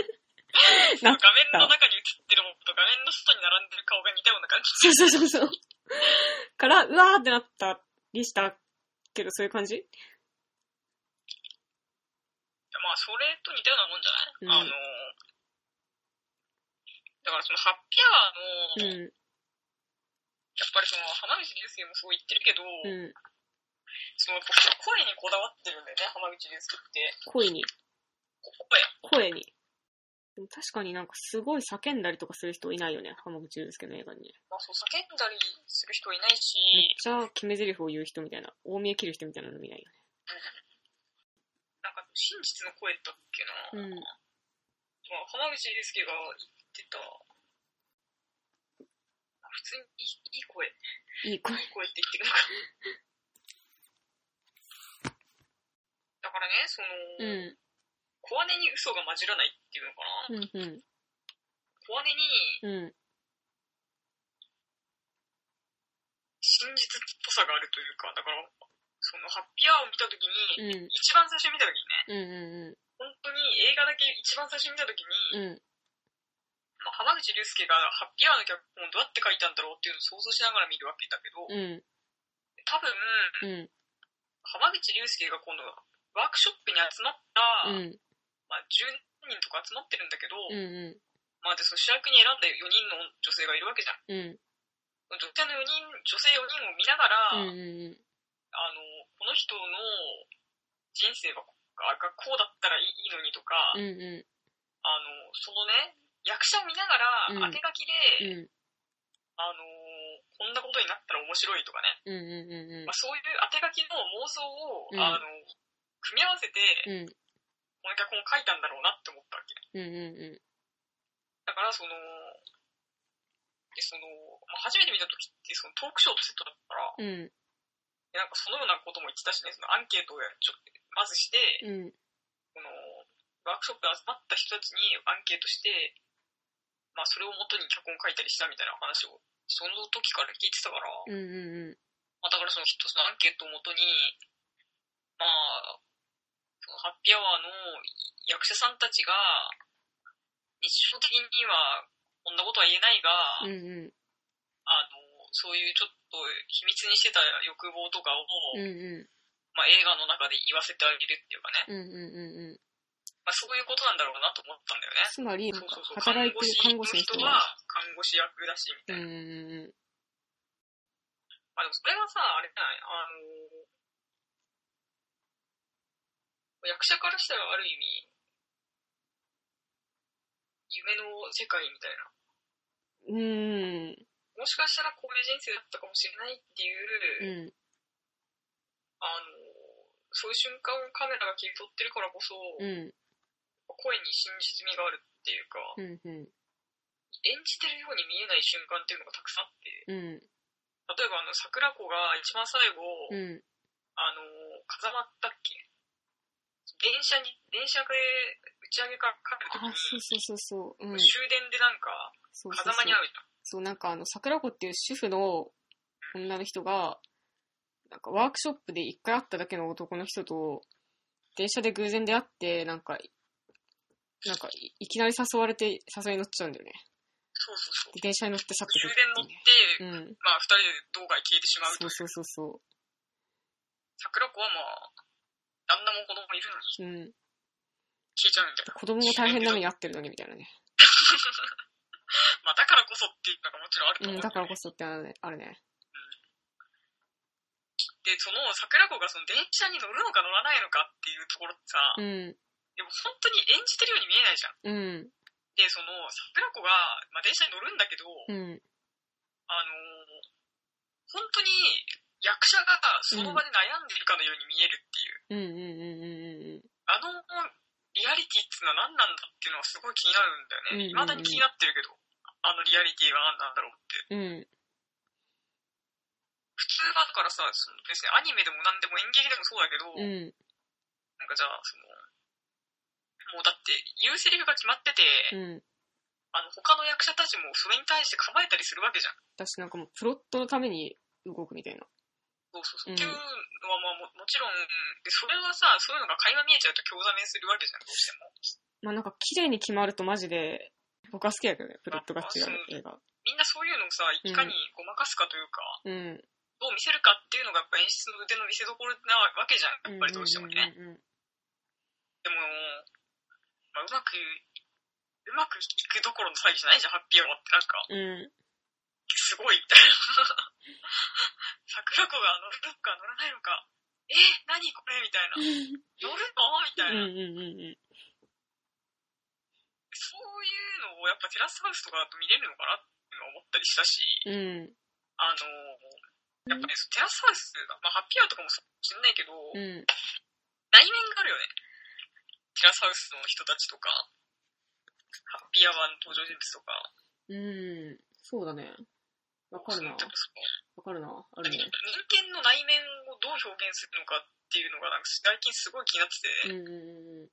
の中に映ってるものと画面の外に並んでる顔が似たような感じ。
そうそうそうそう。から、うわーってなったりしたけど、そういう感じ
まあ、それと似たようなもんじゃない、
うん
あの、だからそのハッピーアワー
う
の、やっ
ん、
ぱりその浜口竜介もそう言ってるけど、
うん。
その声にこだわってるんだよね、浜口竜介って。
声に、
声。
声に。でも確かになんかすごい叫んだりとかする人いないよね、浜口竜介の映画にね。
まあ、そう叫んだりする人いないし、
めっちゃ決め台詞を言う人みたいな、大見え切る人みたいなのいないよ
なんか真実の声だっけな。
ね。
まあ、浜口竜介が言ってた、あ普通にいいいい声、いい
うん。いい声。
声って言ってるのか。だからね、その、
うん。
小姉に嘘が混じらないっていうのか
うん、
な。
うん。
小姉
うん。
に真実っぽさがあるというか、だから、そのハッピーアワーを見たとき
うん。
に、
うん。
一番最初に見たときにね、
うん。
本当に映画だけ一番最初に見たとき
うん。
に、まあ、浜口竜介がハッピーアワーの脚本をどうやって書いたんだろうっていうのを想像しながら見るわけだけど、
うん。
多分、
うん。
浜口竜介が今度、ワークショップに集まった、
うん。
まあ、10人とか集まってるんだけど、
うん。うん。
まあ、で、その主役に選んだ4人の女性がいるわけじゃん。
うん。
女性の4人、女性4人を見ながら、
うん。
あの、この人の人生ががこうだったらいいのにとか、
うん。うん。うん。
あの、そのね、役者を見なが
うん
ら、当て書きで、あの、こんなことになったら面白いとかね、
うん。うん。
まあ、そういう当て書きの妄想を、
うん
あの、組み合わせて、
うん。
この脚本を書いたんだろうなって思ったわけ。
うん。うん。
だから、その、でその、まあ、初めて見た時って、そのトークショーとセットだったから、
うん。
でなんかそのようなことも言ってたしね、そのアンケートをやちょまずして、
うん。
このワークショップで集まった人たちにアンケートして、まあ、それを元に脚本書いたりしたみたいな話をその時から聞いてたから、
うん。うん。
まあ、だからその一つのアンケートを元にまあそのハッピーアワーの役者さんたちが日常的にはこんなことは言えないが、
うん。うん。
あのそういうちょっと秘密にしてた欲望とかを、
うん。うん。
まあ、映画の中で言わせてあげるっていうかね、
うんうんうんうん。
まあ、そういうことなんだろうなと思ったんだよね。
つまり、なん
そう
か
そうそう
働いてる看護師の人
は
は、
看護師役だし、み
う
た
ん
い
う
な。
ん
まあでもそれはさ、あれじゃない、あの、役者からしたらある意味、夢の世界みたいな。
うん。うん。
もしかしたらこういう人生だったかもしれないって
う
いう、
ん。
あの、そういう瞬間をカメラが切り取ってるからこそ、
うん。
声に真実味があるっていうか、
うん。うん。
演じてるように見えない瞬間っていうのがたくさんあって、
うん。
例えばあの、桜子が一番最後、
うん。
あのー、風間だっけ電車に、電車で打ち上げから帰ると
あ、そうそうそうそう。うん。
き、終電でなんか、
そうそ
風
う
間に
そう。
会うじゃん。
そう、なんかあの、桜子っていう主婦の女の人が、なんかワークショップで一回会っただけの男の人と、電車で偶然出会って、なんか、なんかい、いきなり誘われて、誘いに乗っちゃうんだよね。
そうそうそう。
で、電車に乗って去って
終
く
電乗
っ
って
いう
て、
ね。うん。
まあ、二人で道外消えてしまう
そ
と
う。そうそうそ
桜子はまあ、旦那も子供もいるのに、
う。うん。
消えちゃうみたいな。
子供も大変な目に遭ってるのにみたいなね。
まあ、だからこそっていうのがもちろんあると
う、
思うんん
だ
だ
から
よね、
こそってあるね。あるね
で、その桜子がその電車に乗るのか乗らないのかっていうところってさ、
うん、
でも本当に演じてるように見えないじゃん。
うん、
で、その桜子が、まあ、電車に乗るんだけど、
うん、
あのー本当に役者がその場で悩んでるかのように見えるっていう、
うん、うん、うん、うん、
あのリアリティっていうのは何なんだっていうのはすごい気になるんだよね。
うんうんうん
未だに気になってるけど、あのリアリティが何なんだろうって。
うん、うん、
普通はだからさ、その別にアニメでも何でも演劇でもそうだけど、
うん、
なんかじゃあ、その、もうだって言うセリフが決まってて、
うん。
あの他の役者たちもそれに対して構えたりするわけじゃん。
私なんかもうプロットのために動くみたいな。
そうそうそ
うん
う。っていうのはまあももちろん、でそれはさ、そういうのが会話見えちゃうと興ざめするわけじゃん、どうして
ま
も。
あなんか綺麗に決まるとマジで、僕は好きやけどね、プロットが違
あそう
う映画。
みんなそういうのをさ、いかにごまかすかというか、
うん。
どう見せるかっていうのがやっぱ演出の腕の見せ所なわけじゃん、やっぱりどうしてもね。
うんうんうんうん
でも、まあ、うまく、うまくいくどころの詐欺じゃないじゃん、ハッピーアワーって。な
う
んか、
ん。
すごいみた いな。桜子が乗るのか乗らないのか。え何これみ たいな。乗るのみた
う
い
ん
な。
うんうんうん。
そういうのをやっぱテラスハウスとかだと見れるのかなっていうのを思ったりしたし、
うん。
あのー、やっぱね、テラスハウスが、まあ、ハッピーアワーとかもそうかもしんないけど、
うん。
内面があるよね。テラスハウスの人たちとか、ハッピーアワーの登場人物とか、
うん。そうだね。わかるな。
そのその
わかるな。ある
人
ね。
間の内面をどう表現するのかっていうのが、なんか最近すごい気になってて、
うんうんうん。
普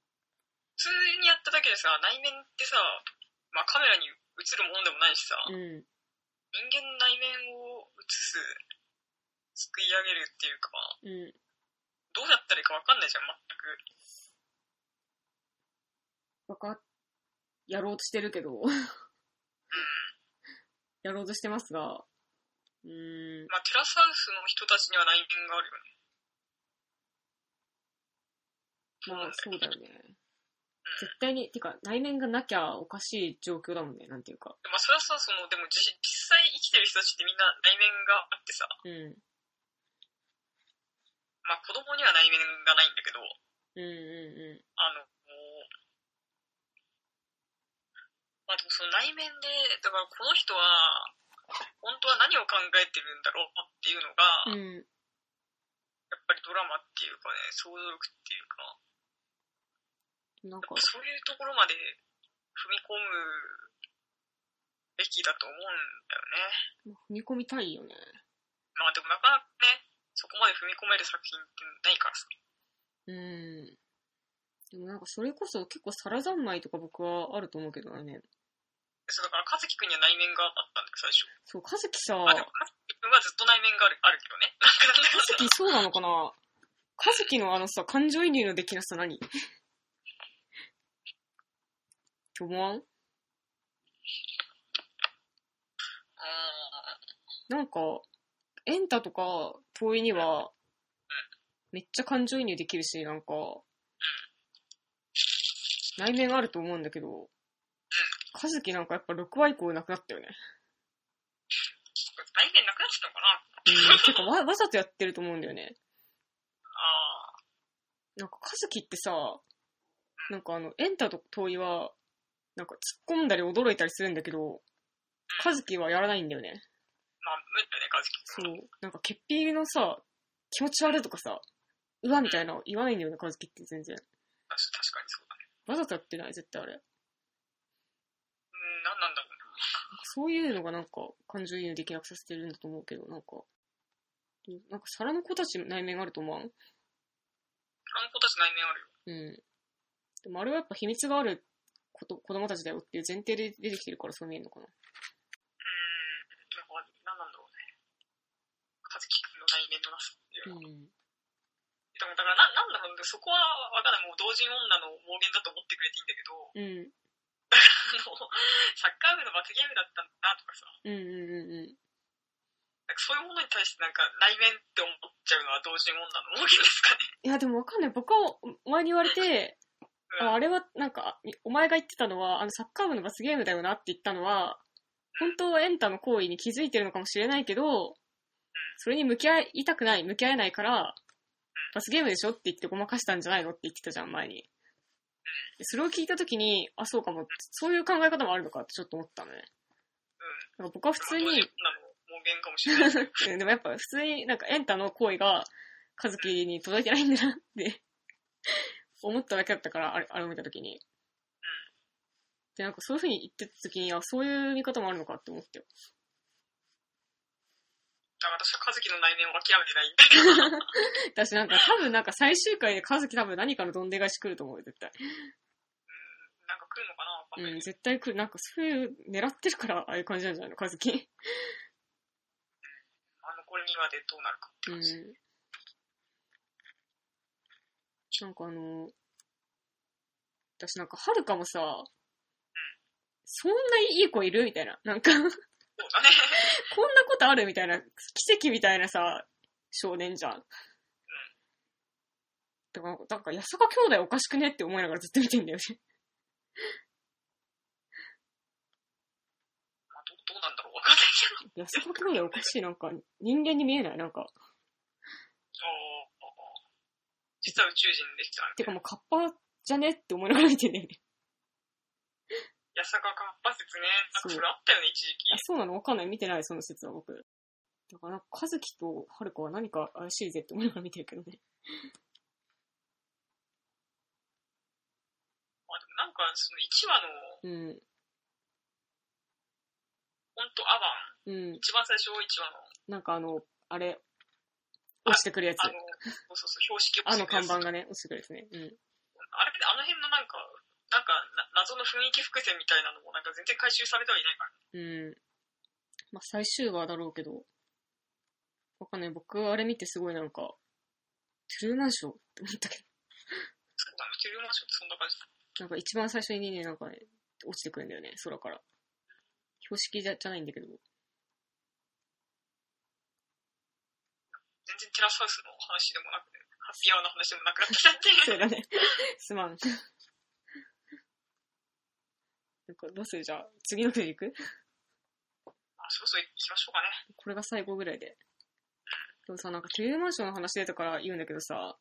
通にやっただけでさ、内面ってさ、まあカメラに映るものでもないしさ、
うん。
人間の内面を映す、すくい上げるっていうか、
うん。
どうやったらいいかわかんないじゃん、全く。
わかっ、やろうとしてるけど。やろうとしてますが。うーん。
まあテラスハウスの人たちには内面があるよね。
まあ、そうだよね。絶対に、てか、内面がなきゃおかしい状況だもんね。なんていうか。
まあそれはさ、その、でもじ実際生きてる人たちってみんな内面があってさ、
うん。
まあ子供には内面がないんだけど、
うんう
あの、まあでもその内面で、だからこの人は、本当は何を考えてるんだろうっていうの
んうん。
が、やっ
うん。
ぱりドラマっていうかね、想像力っていうか、
なん
やっ
か
ぱ、そういうところまで踏み込むべきだと思うんだよね。
まあ踏み込みたいよね。
まあでもなかなかね、そこまで踏み込める作品ってないからさ。
うん。でもなんかそれこそ結構皿三昧とか僕はあると思うけどね。
そうだから、和樹くんには内面があったんだけど、最初。
そう、和樹さ、
あ、でも和樹くんはずっと内面があるあるけどね。なんかなんか
和樹そうなのかな和樹のあのさ、感情移入のできなさ何と思わん
う
なんか、エンタとか、遠いには、めっちゃ感情移入できるし、なんか、内面あると思うんだけど、和樹なんかやっぱ6話以降なくなったよね。
ん。内面なくなっちゃったのかな
うん、てかわ、わざとやってると思うんだよね。
ああ、
なんか、和樹ってさ、なんかあの、エンタと遠いは、なんか突っ込んだり驚いたりするんだけど、和樹はやらないんだよね。
まあ、無理だよね、和樹
そ
くん。
う。なんか、潔癖のさ、気持ち悪いとかさ、うわみたいなの言わないんだよね、和樹って全然。
確かにそうだね。
わざとやってない、絶対あれ。なんか
うん、なんなんだろうね。
そういうのがなんか、感情移入できなくさせてるんだと思うけど、なんか、うんなんか皿の子たち内面あると思わん
あの子たち内面あ
う
るよ。
ん。でもあれはやっぱ秘密があること子供たちだよっていう前提で出てきてるからそう見えるのかな。
うん、なんか、なんなんだろうね。和樹くんの内面のなさっていうのは。
ん。
でもだからな、なんだろうね、そこはわかんない。もう同人女の妄言だと思ってくれていいんだけど、
うん。
あの、サッカー部の罰ゲームだったんだなとかさ、
うんうんうんうん。
なんかそういうものに対してなんか内面って思っちゃうのは同人女の妄言ですかね。
いや、でもわかんない。僕は、お前に言われて、
うん
ああれは、なんか、お前が言ってたのは、あの、サッカー部の罰ゲームだよなって言ったのは、本当はエンタの行為に気づいてるのかもしれないけど、それに向き合いたくない、向き合えないから、罰ゲームでしょって言ってごまかしたんじゃないのって言ってたじゃん、前に。でそれを聞いたときに、あ、そうかも、そういう考え方もあるのかってちょっと思ったのね。なんか僕は普通に、
なのもう限かもしれない。うん。
うん でもやっぱ普通になんかエンタの行為が和樹に届いてないんだなって 思っただけだったから、あれあれを見たときに。で、なんかそういう風に言ってたときに、あ、そういう見方もあるのかって思ってよ。
だから私は和樹の内面を諦めてないんだけど。
だしなんか多分なんか最終回で和樹多分何かのどんで返し来ると思うよ、絶対。
なんか来るのかなわか
う
んない
ん、
けど。
絶対来る。なんかそういう狙ってるからああいう感じなんじゃないの、和樹。
あの、これにはでどうなるかって
う
感
ん
じ。。
なんかあの、私なんか、はるかもさ、そんないい子いるみたいな。なんか、こんな
そうだね。
ことあるみたいな、奇跡みたいなさ、少年じゃん。だから、なんか、八坂兄弟おかしくねって思いながらずっと見てんだよね。
まあ、どどうなんだろうわかんないけど。
八坂兄弟おかしい。なんか、人間に見えない。なんか、
ああ。実は宇宙人でした。
てかもうカッパじゃねって思いながら見てんだよね。
八坂かっぱ説ね。なんか
そう
それあったよね、一時期
あ。そうなのわかんない。見てない、その説は僕。だから、かずきとはるかは何か怪しいぜって思いながら見てるけどね。
まあ、でもなんか、その1話の、
うん。
ほんとアバン、
うん。
一番最初、1話の、
なんかあの、あれ、落ちてくるやつ。
あの、そうそうそう、標識を
あの看板
あれ
がね、落ちてくるやつね。うん。
ってあの辺のなんか、なんか、な謎の雰囲気伏線みたいなのも、なんか全然回収されてはいないから。
うん。まあ、最終話だろうけど。わかんない。僕、あれ見てすごいなんか、トゥルーマンショーって思ったけ
そうだね、キュリマンションってそんな感じだ。
ど。なんか一番最初にね、なんかね、落ちてくるんだよね、空から。標識じゃじゃないんだけど。
全然テラスハウスの話でもなくて、ハッピーアワーの話でもなくなったなって。
そうだね。 すまん。なんか、どうするじゃあ、次のページ行く
あ、そろそろ行きましょうかね。
これが最後ぐらいで。でもさ、なんか、トゥルーマンションの話出たから言うんだけどさ、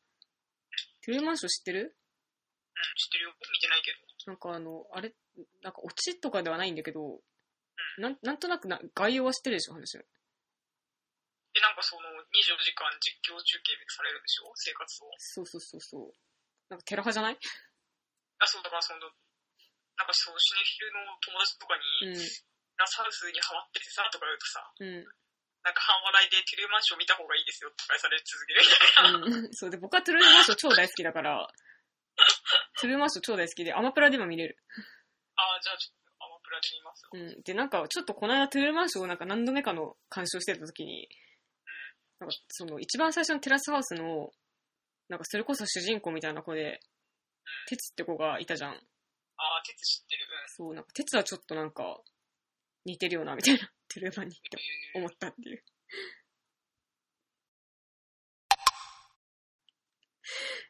トゥルーマンション知ってる
うん、知ってるよ。見てないけど。
なんかあの、あれ、なんか、オチとかではないんだけど、なんなんとなくな概要は知ってるでしょ、話の。
で、なんかその、24時間実況中継されるでしょ生活を。
そうそうそうそう。なんか、テラ派じゃない
あ、そう、だからその、なんかそう、シネフィルの友達とかに、ラスハウスにハマっててさ、とか言うとさ、
うん、うん。
なんか半笑いでテレビマンション見た方がいいですよとかされ続けるみたいな。
うん、そうで、僕はトゥルーマンション超大好きだから、トゥルーマンション超大好きで、アマプラでも見れる。
ああ、じゃあちょっとアマプラで見ますよ。
うん。で、なんか、ちょっとこの間トゥルーマンションをなんか何度目かの鑑賞してた時に、なんか、その、一番最初のテラスハウスの、なんか、それこそ主人公みたいな子で、テツって子がいたじゃん。
ああ、鉄知ってる。うん。
そう、なんか、テツはちょっとなんか、似てるよな、みたいな、トゥルーマンにって思ったっていう。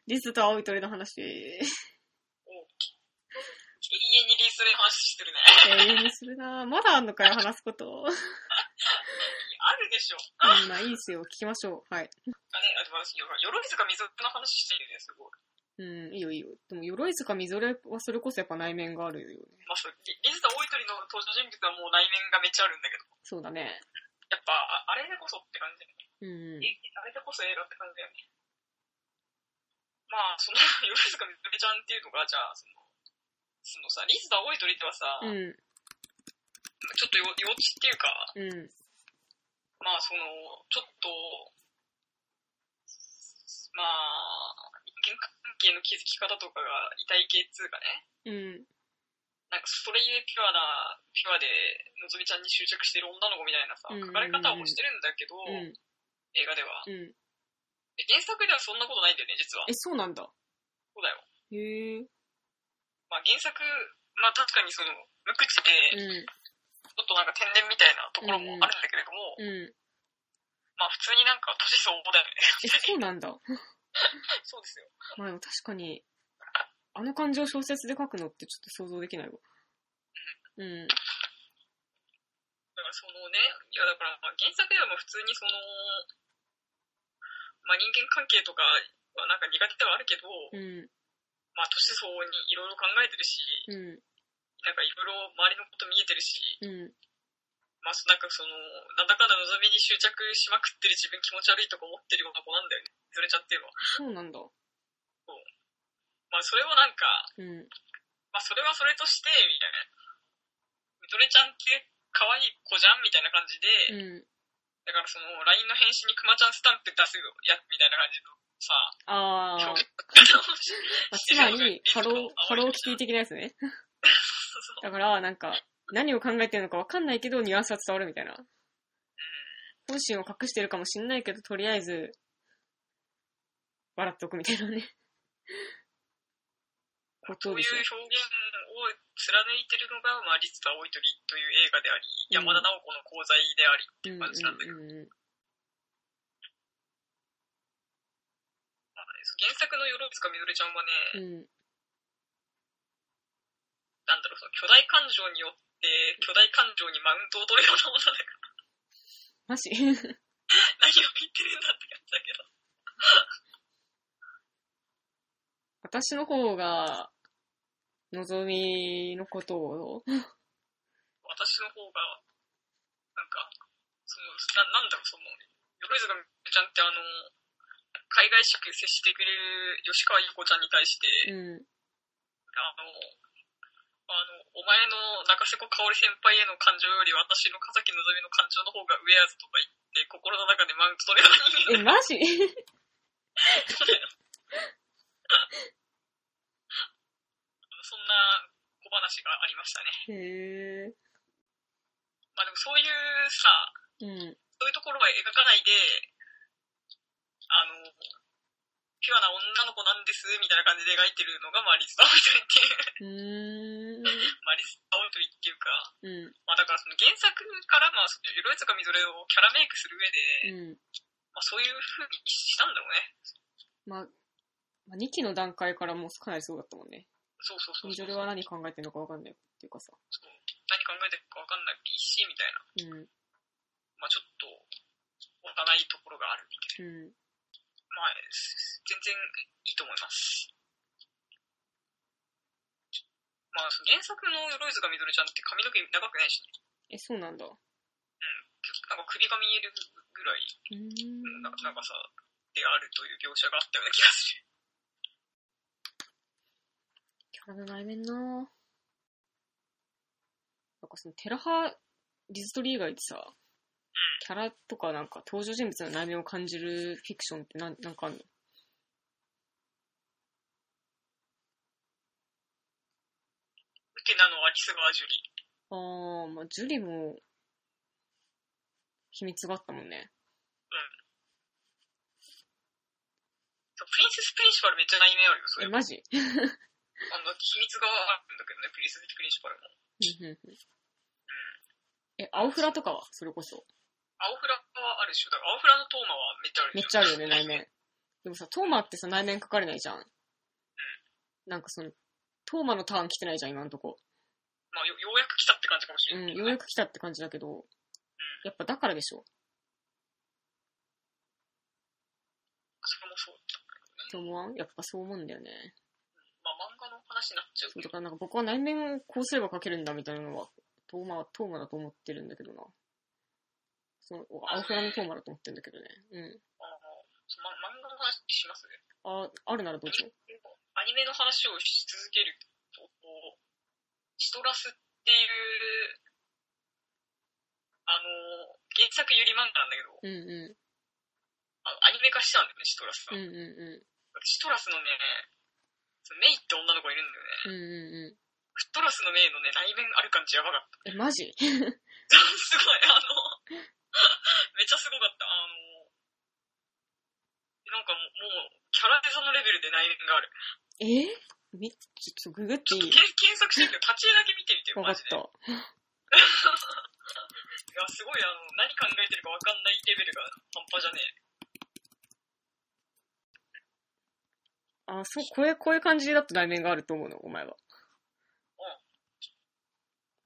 リスと青い鳥の話。
お永遠にリースレの話してるね。
永遠にするなぁまだあんのかよ、話すこと。
あるでしょ。
うん、まあいいですよ。聞きましょう。はい。
あね、あでも私、よ鎧塚水の話してるね、すごい。
うん、いいよいいよ。でも、鎧塚みぞれはそれこそやっぱ内面があるよね。
まあそう、リリースと大鳥の登場人物はもう内面がめっちゃあるんだけど、
そうだね。
やっぱ、ああれでこそって感じだよね。
うん。
えあれでこそ映画って感じだよね。まあ、その、鎧塚水ちゃんっていうのが、じゃあ、その、そのさ、リースと大鳥ってはさ、
うん、
ちょっとよ幼稚っていうか、
うん、
まあその、ちょっと、まあ、人間関係の築き方とかが痛い系っつうか
う
ね、
ん、
なんかそれゆえピュアな、ピュアで、のぞみちゃんに執着してる女の子みたいなさ、
うん
書かれ方をしてるんだけど、
うん、
映画では。
うん。
で原作ではそんなことないんだよね、実は
え、。そうなんだ。
そうだよ。
へえ。
まあ原作、まあ確かにその、無口
う
で、ち
ん、
ょっとなんか天然みたいなところもあるんだけれども、
うん。
まあ普通になんか年相応だよね。
え、そうなんだ。
そうですよ。
まあでも確かに、あの感じを小説で書くのってちょっと想像できないわ。うん。
だからそのね、いやだから原作ではまあ普通にその、まあ人間関係とかはなんか苦手ではあるけど、
う
まあ年相応にいろいろ考えてるし、
ん。う
なんかいろいろ周りのこと見えてるし、
ん。うん。
まあそなんかその、なんだかんだ望みに執着しまくってる自分気持ち悪いとか思ってるような子なんだよね。ずれちゃってるわ。
そうなんだ。
まあそれはなんか、
うん。
まあそれはそれとして、みたいな。みとれちゃんって可愛い子じゃんみたいな感じで、
うん。
だからその LINE の返信にクマちゃんスタンプ出すやつみたいな感じのさ、
あー
表
あ、つ
現
まり、ハロー、ハローキティ的なやつね。だから、なんか、何を考えてるのかわかんないけど、ニュアンスは伝わるみたいな。本心を隠してるかもしんないけど、とりあえず、笑っとくみたいなね。こと
そう
で
いう表
すよ。
現を貫いてるのが、まあ、リツタ大いとりという映画であり、
うん
山田直子の功罪でありって
う
い
ん
う感じなんだけど、
うんうんうん
まあね原作のよろつかみどれちゃんはね、
うん
なんだろう、その巨大感情によって、巨大感情にマウントを取るような女だか
マジ
ら、何を言ってるんだって感じだけど、
私の方が、のぞみのことを、
私の方が、なんか、その、ななんだろう、その、よろつかみどれちゃんってあの、海外社区接してくれる吉川優子ちゃんに対して、
うん、
あの、あの、お前の中瀬子香織先輩への感情より私の笠木希の感情の方が上やぞとか言って、心の中でマウント取れるような人間
え、マジ
だよ。そんな小話がありましたね。
へー
まあでもそういうさ、
うん、
そういうところは描かないで、あの、ピュアな女の子なんです、みたいな感じで描いてるのが、まあ、リスタオイトリってい
うー
う、
ん、
まあ、リスタオイトリっていうか、
うん、
まあだからその原作からまあその色々かみぞれをキャラメイクする上で、
うん。
まあそういう風にしたんだろうね。
まあ、まあ、2期の段階からもうかなりそうだったもんね。
そうそうそう
ミ
そ
ド
う。
ルは何考えてるのかわかんないっていうかさ。
そう何考えてるかわかんないし、みたいな。
うん、
まあちょっと、お互いところがあるみたい
うん。
な。まあ、全然いいと思います。まあその原作のよろずかみぞれちゃんって髪の毛長くないし、
え、そうなんだ。う
なんか首が見えるぐらい
ーん。
の長さであるという描写があったような気がする。
キャラの内面なぁ。なんかその、テラハ、リズトリー以外でさ、キャラとかなんか登場人物の内面を感じるフィクションってなんなんかあんの
ウケなのはリスガージュリ
あ
ー。
ー、まあ、ジュリも、秘密があったもんね。
そうプリンセス・プリンシパルめっちゃ内面あるよ、そ
え、
れ。
マジ
あの、秘密があるんだけどね、プリンセス・プリンシパルも。
うんうんうんえ、青フラとかはそれこそ。
青フラはあるでしょ。だから青フラのトーマはめっちゃある
めっ
でし
ちゃ
ょ。
あるよね、内面。でもさ、トーマってさ、内面書かれないじゃん。なんかその、トーマのターン来てないじゃん、今のとこ。
まあよ、ようやく来たって感じかもし
う
れ
ん、
ない
よ
けど
う
ね、
やく来たって感じだけど、やっぱだからでしょ、
それもそう。
と思わんやっぱそう思うんだよね。
まあ、漫画の話になっちゃう
そ
け
う、
ど
だ、からなんか僕は内面をこうすれば書けるんだみたいなのは、トーマ、トーマだと思ってるんだけどな。その、アウフラのトーマだと思ってるんだけどね。うん。
あの、そま、漫画の話しますね。
あ、あるならどうぞ。
アニメの話をし続けると、こう、シトラスっていう、あの、原作ゆり漫画なんだけど、
うんう
あのアニメ化したんだよね、シトラス
ん。うん
が。
う
シトラスのね、そのメイって女の子がいるんだよね。
んうん。うんうんう
ストラスのメイのね、内面ある感じやばかった。
ん。え、マジ
すごい、あの、めっちゃすごかった。あの、なんかもう、もうキャラデザのレベルで内面がある。
えーみ、ちょっとググっていい
け検索してみて、立ち絵だけ見てみてよ、
わ
マ
かっ
ジで。い
た。
や、すごい、あの、何考えてるかわかんないレベルが半端じゃねえ。
あ、そう、これ、こういう感じだと内面があると思うの、お前は。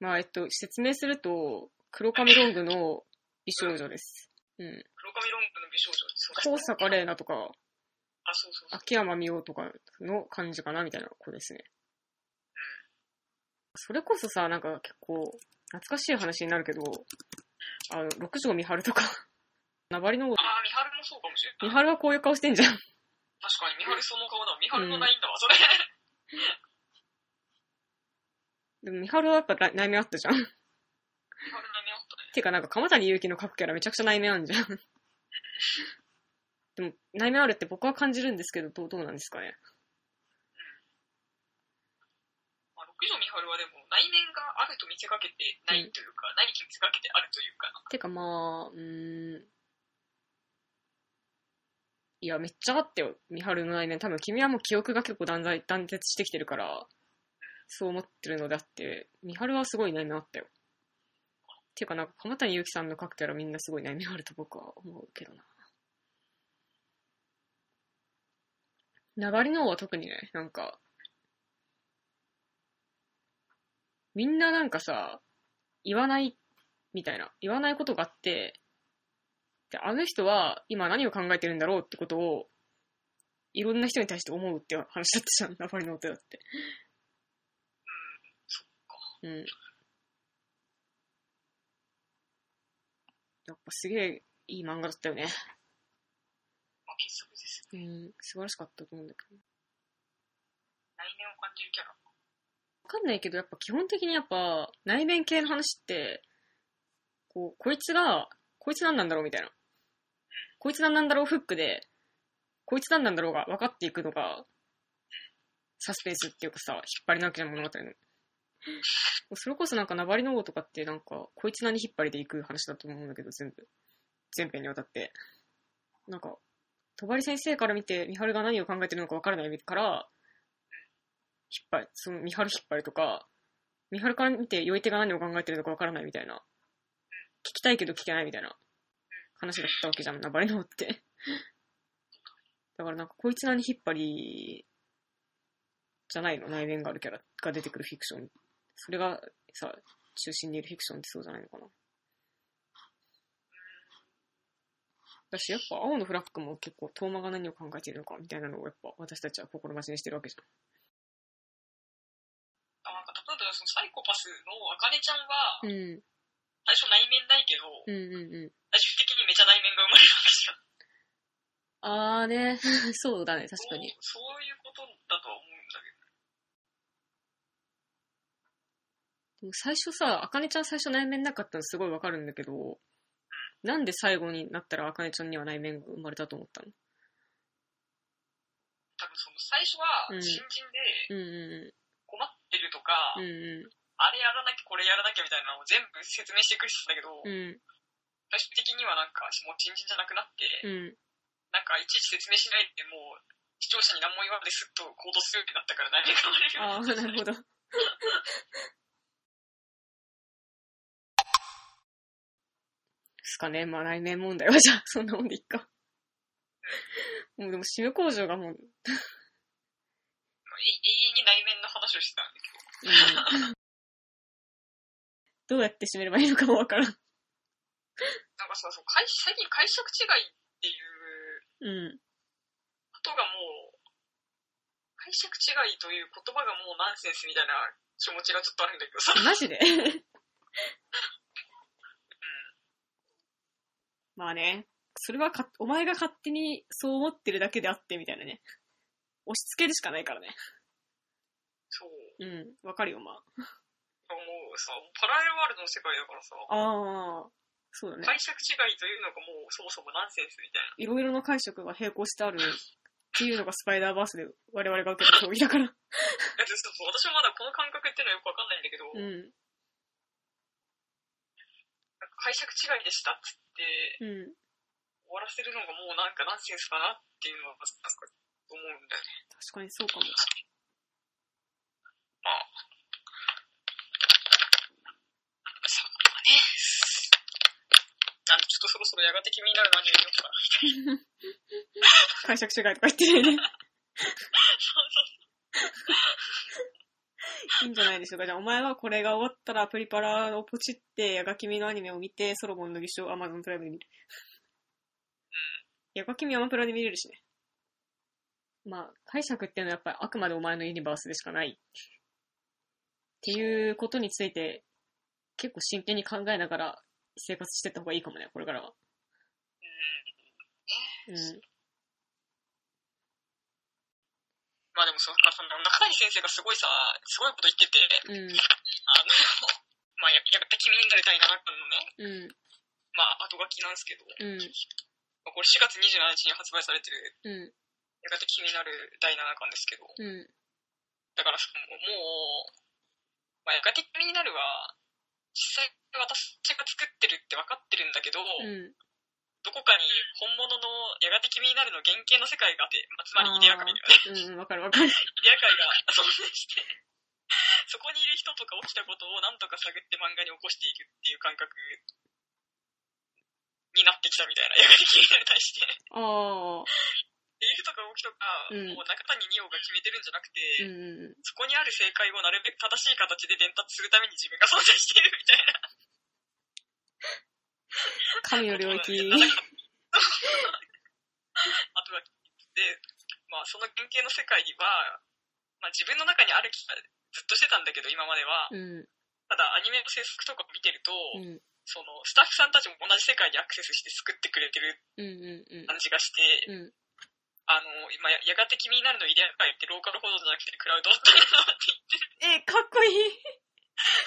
まあ、えっと、説明すると、黒髪ロングの美少女です。うん。
黒髪ロングの美少女。そう
高坂玲奈とか、
あ、そうそうそう。
秋山美桜とかの感じかなみたいな子ですね。それこそさ、なんか結構、懐かしい話になるけど、あの、六条美晴とか、 ナバリの王、
あー、美晴もそうかもしれ
美
ない。
晴はこういう顔してんじゃん。
確かに、美晴その顔だ。美晴のないんだわ、それ。
でも美晴はやっぱ内内面あったじゃん。
美晴の悩みあったね。
てかなんか、鎌谷祐希の各キャラめちゃくちゃ内面あるじゃん。でも、内面あるって僕は感じるんですけど、どう、どうなんですかね。
まあ、六条美晴はでも、内面があると見せかけてないというか、ないと見せかけてあるというかな。
てかまあ、うーん。いや、めっちゃあったよ、美晴の内面。多分君はもう記憶が結構断在断絶してきてるから、そう思ってるのであって、美晴はすごい内面あったよ。てかなんか、鎌谷ゆきさんの各キャラみんなすごい内面あると僕は思うけどな。ナバリの王は特にね、なんか、みんななんかさ、言わないみたいな、言わないことがあって、で、あの人は今何を考えてるんだろうってことを、いろんな人に対して思うって話だったじゃん、ナバリの音だって。
うん、そっか。
うん。やっぱすげえいい漫画だったよね。
まあ、傑作です。
うん、素晴らしかったと思うんだけど。
内面を感じるキャラ。
わかんないけど、やっぱ基本的にやっぱ内面系の話って、こう、こいつが、こいつ何なんだろうみたいな。こいつ何なんだろうフックで、こいつ何なんだろうが分かっていくのが、サスペンスっていうかさ、引っ張りなきゃ物語の。それこそなんか、ナバリの王とかってなんか、こいつ何引っ張りでいく話だと思うんだけど、全部。全編にわたって。なんか、戸張先生から見て、美晴が何を考えてるのか分からないから、引っ張り、その、見張る引っ張りとか、見張るから見て、酔い手が何を考えてるのかわからないみたいな。聞きたいけど聞けないみたいな話だったわけじゃん、ナバリノって。だからなんか、こいつ何引っ張りじゃないの、内面があるキャラが出てくるフィクション。それがさ、中心にいるフィクションってそうじゃないのかな。だし、やっぱ青のフラッグも結構、遠間が何を考えているのかみたいなのをやっぱ私たちは心待ちにしてるわけじゃん。
あなんか例えば、そのサイコパスのあかねちゃんは、
うん。
最初内面ないけど、
うんうんうん。
最終的にめちゃ内面が生まれるわけじゃん。
あーね、 そうだね、確かに。
そう。そういうことだとは思うんだけど。
でも最初さ、あかねちゃん最初内面なかったのすごいわかるんだけど、なんで最後になったらあかねちゃんには内面が生まれたと思ったの
多分その最初は
うん
新人で
うんう
困ってるとか、
んうん。
あれやらなきゃこれやらなきゃみたいなのを全部説明してくれてたんだけど、
うんうん。
最終的にはなんかもう新人じゃなくなって、
うん。
なんかいちいち説明しないでもう視聴者に何も言わないですっと行動するようになったから内面が
ああ、
生まれるようになった。
なるほど。すかね、まあ内面問題はじゃあ、そんなもんでいっか。もうでも死ぬ工場がもう、
い永遠に内面の話をしてたんですけど、
うんどうやって死ねればいいのかもわからん。
なんかさ、そう解最近解釈違いっていう
うん。
ことがもう、解釈違いという言葉がもうナンセンスみたいな気持ちがちょっとあるんだけどさ。
マジで まあね、それはか、お前が勝手にそう思ってるだけであって、みたいなね。押し付けるしかないからね。
そう。
うん、わかるよ、ま
もうさ、パラレルワールドの世界だからさ、
あ。ああ、そうだね。
解釈違いというのがもうそもそもナンセンスみたいな。
いろいろな解釈が並行してあるっていうのがスパイダーバースで我々が受けた教義だから。
だってそう私もまだこの感覚っていうのはよくわかんないんだけど、
う
なん
ん、
か解釈違いでしたっつって
うん。
終わらせるのがもうなんかナンセンスだなっていうのは、なんか思うんだよね。
確かにそうかも。
そうだね。なんかちょっとそろそろやがて気になるなに見ようかな。
解釈違いとか言ってるよね。いいんじゃないでしょうか。じゃあ、お前はこれが終わったら、プリパラをポチって、ヤガキミのアニメを見て、ソロモンの儀式を Amazon プライムで見る。ヤガキミアマプラで見れるしね。まあ、解釈っていうのはやっぱりあくまでお前のユニバースでしかない。っていうことについて、結構真剣に考えながら生活してった方がいいかもね、これからは。うん。
まあでもそっか、その中谷先生がすごいさ、すごいこと言ってて、
うん。
あの、 まあややっぱ君になりたいなったのね、
うん。
まあ後書きなんですけど、ま
うん。
あこれ4月27日に発売されてる、
うん。
やがて君になる第7巻ですけど、
うん。
だからそのもう、まあやがて君になるは、実際私が作ってるって分かってるんだけど、
うん。
どこかに本物のやがて君になるの原型の世界があって、まあ、つまりイデア界だよ
うん。
ね。
わかるわかる。
イデア界が存在して、そこにいる人とか起きたことをなんとか探って漫画に起こしていくっていう感覚になってきたみたいな、やがて君になるに対して。
ああ。
でいるとか起きとか、
うん
もう中谷二葉が決めてるんじゃなく
うん
て、
うん。
そこにある正解をなるべく正しい形で伝達するために自分が存在しているみたいな。
神の領 域。
あとは、で、まあ、その原型の世界には、まあ、自分の中にある気がずっとしてたんだけど、今までは。
うん。
ただ、アニメの制作とかを見てると、
うん。
その、スタッフさんたちも同じ世界にアクセスして救ってくれてる
うんうんうん。
感じがして、
うん。
あの、今、やがて君になるのイデア界ってローカル報道じゃなくてクラウドだったなって
え、かっこいい。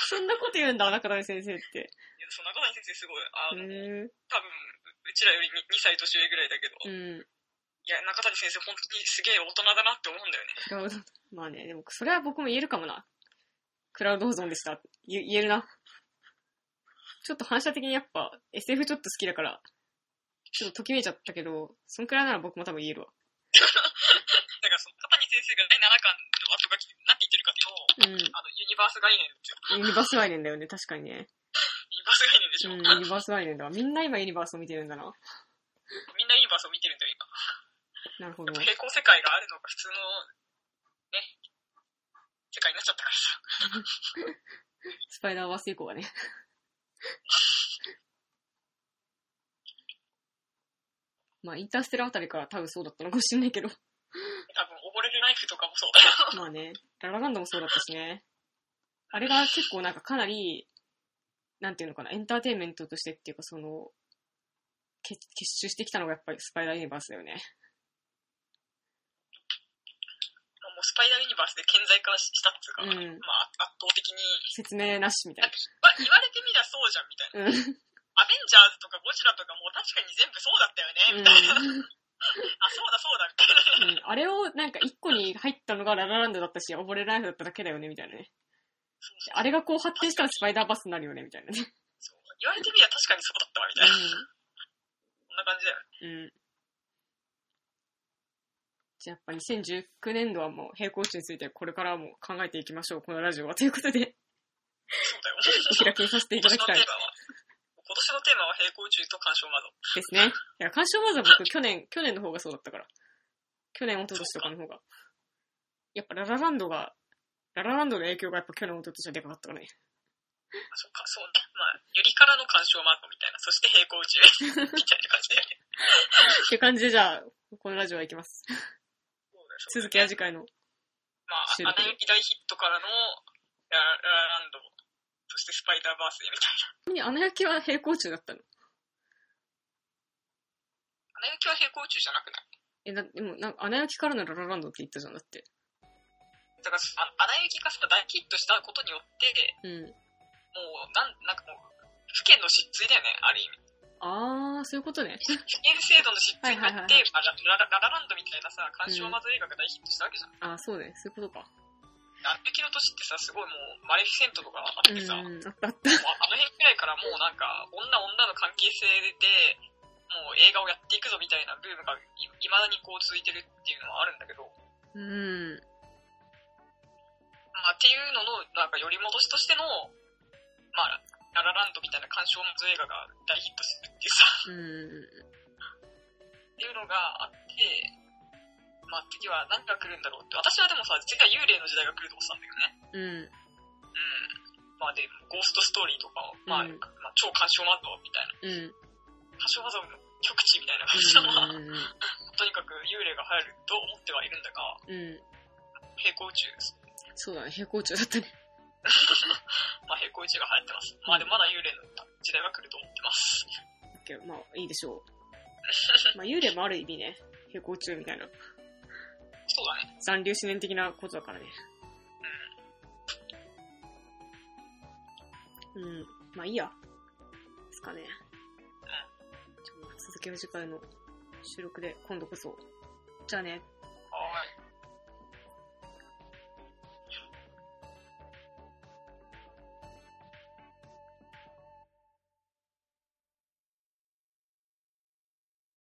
そんなこと言うんだ、中谷先生って。
言う。 その中谷先生すごい、あ
へ
の、
え
多分、うちらより 2, 歳年上ぐらいだけど、
うん。
いや、中谷先生本当にすげえ大人だなって思うんだよね。
クラウド。まあね、でも、それは僕も言えるかもな。クラウド保存でした。言言えるな。ちょっと反射的にやっぱ SF ちょっと好きだから、ちょっとときめいちゃったけど、そんくらいなら僕も多分言えるわ。
だからその中谷先生が第7巻の後書きなんて言ってるかっていうと、
うん。
あの、ユニバース概念ですよ。
ユニバース概念だよね、確かにね。
ユニバース概念でし
う
ょ。
ん、ユニバース概念だわ。みんな今ユニバースを見てるんだな。
みんなユニバースを見てるんだよ、
な
今。
るほ
や
ど
っぱ
ね。
平行世界があるのが普通の、ね、世界になっちゃったからさ。
スパイダーバース以降はね。 まあ、インターステラーあたりから多分そうだったのかもしんないけど。
多分、溺れるナイフとかもそうだ
ま
よ。
あね、ララランドもそうだったしね。あれが結構なんかかなり、なんていうのかな、エンターテインメントとしてっていうかその、け結集してきたのがやっぱりスパイダーユニバースだよね。
もうスパイダーユニバースで顕在化したっつ
うん
うか、まあ、圧倒的に、
説明なしみた
ないんかまあ言われてみりゃそ
な。う
うじゃん、みたいな。
ん。
アベンジャーズとかゴジラとかもう確かに全部そうだったよね、みたいな。
うん
あ、そうだそうだ、みたい
う
な。
んあれをなんか一個に入ったのがララランドだったし、溺れライフだっただけだよね、みたいなね。あれがこう発展したらスパイダーバスになるよね、みたいなね。
そう言われてみりゃ確かにそうだったわ、みたいな。こんな感じだよね。
うん。うん。じゃあやっぱ2019年度はもう平行宇宙についてこれからはもう考えていきましょう、このラジオは。ということで、
そうだよ。
お開きにさせてい
今
ただ
年
き
の
たい
テーマは、今年のテーマは平行宇宙と干渉窓。
ですね。いや、鑑賞まずは僕、去年、去年の方がそうだったから。去年、一昨年とかの方が。やっぱララランドが、ララランドの影響がやっぱ去年、一昨年はでかかったからね。
あそっか、そうね。まあ、ゆりからの干渉窓みたいな、そして平 行宇宙みたいな感じだよね。
って感じで、じゃあ、このラジオはいきます。
そうだよそうだよ
続きは次回の。
まあ、
収録
アナ雪大ヒットからのララランド、そしてスパイダーバースデーみたいな。
に、穴焼きは平行中だったの。
アナ雪は平行宇宙じゃなくない
え、だでも、なんか、穴焼きからのララランドって言ったじゃん、だって。
だから、あアナ雪がさ、大ヒットしたことによって、
うん。
もう、なん、なんかもう、不権の失墜だよね、ある意味。
あー、そういうことね。
不権制度の失墜になっ
はいはいはいは
て、まあララララランドみたいなさ、干渉窓映画が大ヒットしたわけじゃん。
あー、そうね。そういうことか。
アナ雪の年ってさ、すごいもう、マレフィセントとかあ
う
ってさ、
ん、あったあった。
もうあの辺くらいからもうなんか、女女の関係性で、もう映画をやっていくぞみたいなブームがい未だにこう続いてるっていうのはあるんだけど、
うん。
まあっていうのの、なんか寄り戻しとしての、まあ、ララランドみたいな鑑賞の映画が大ヒットするっていうさ、
うん。
っていうのがあって、まあ次は何が来るんだろうって。私はでもさ、次回幽霊の時代が来ると思ってたんだよね。
うん。
うん。まあで、ゴーストストーリーとか、ま
う
あ、
ん
まあ超干渉マドみたい
う
な。
ん。
干渉マドの極地みたいな感じの、まあ、
うん。
とにかく幽霊が入ると思ってはいるんだが、
うん。
平行宇宙です。
そうだね、平行中だったね。
まあ平行宇宙が入ってます。まあでもまだ幽霊の時代が来ると思ってます。
だけどまあ、いいでし ょう。まあ、幽霊もある意味ね、平行中みたいな。
そうだね。
残留思念的なことだからね。うん。まあいいや。ですかね。じゃあまあ続きは次回の収録で今度こそ。じゃあね。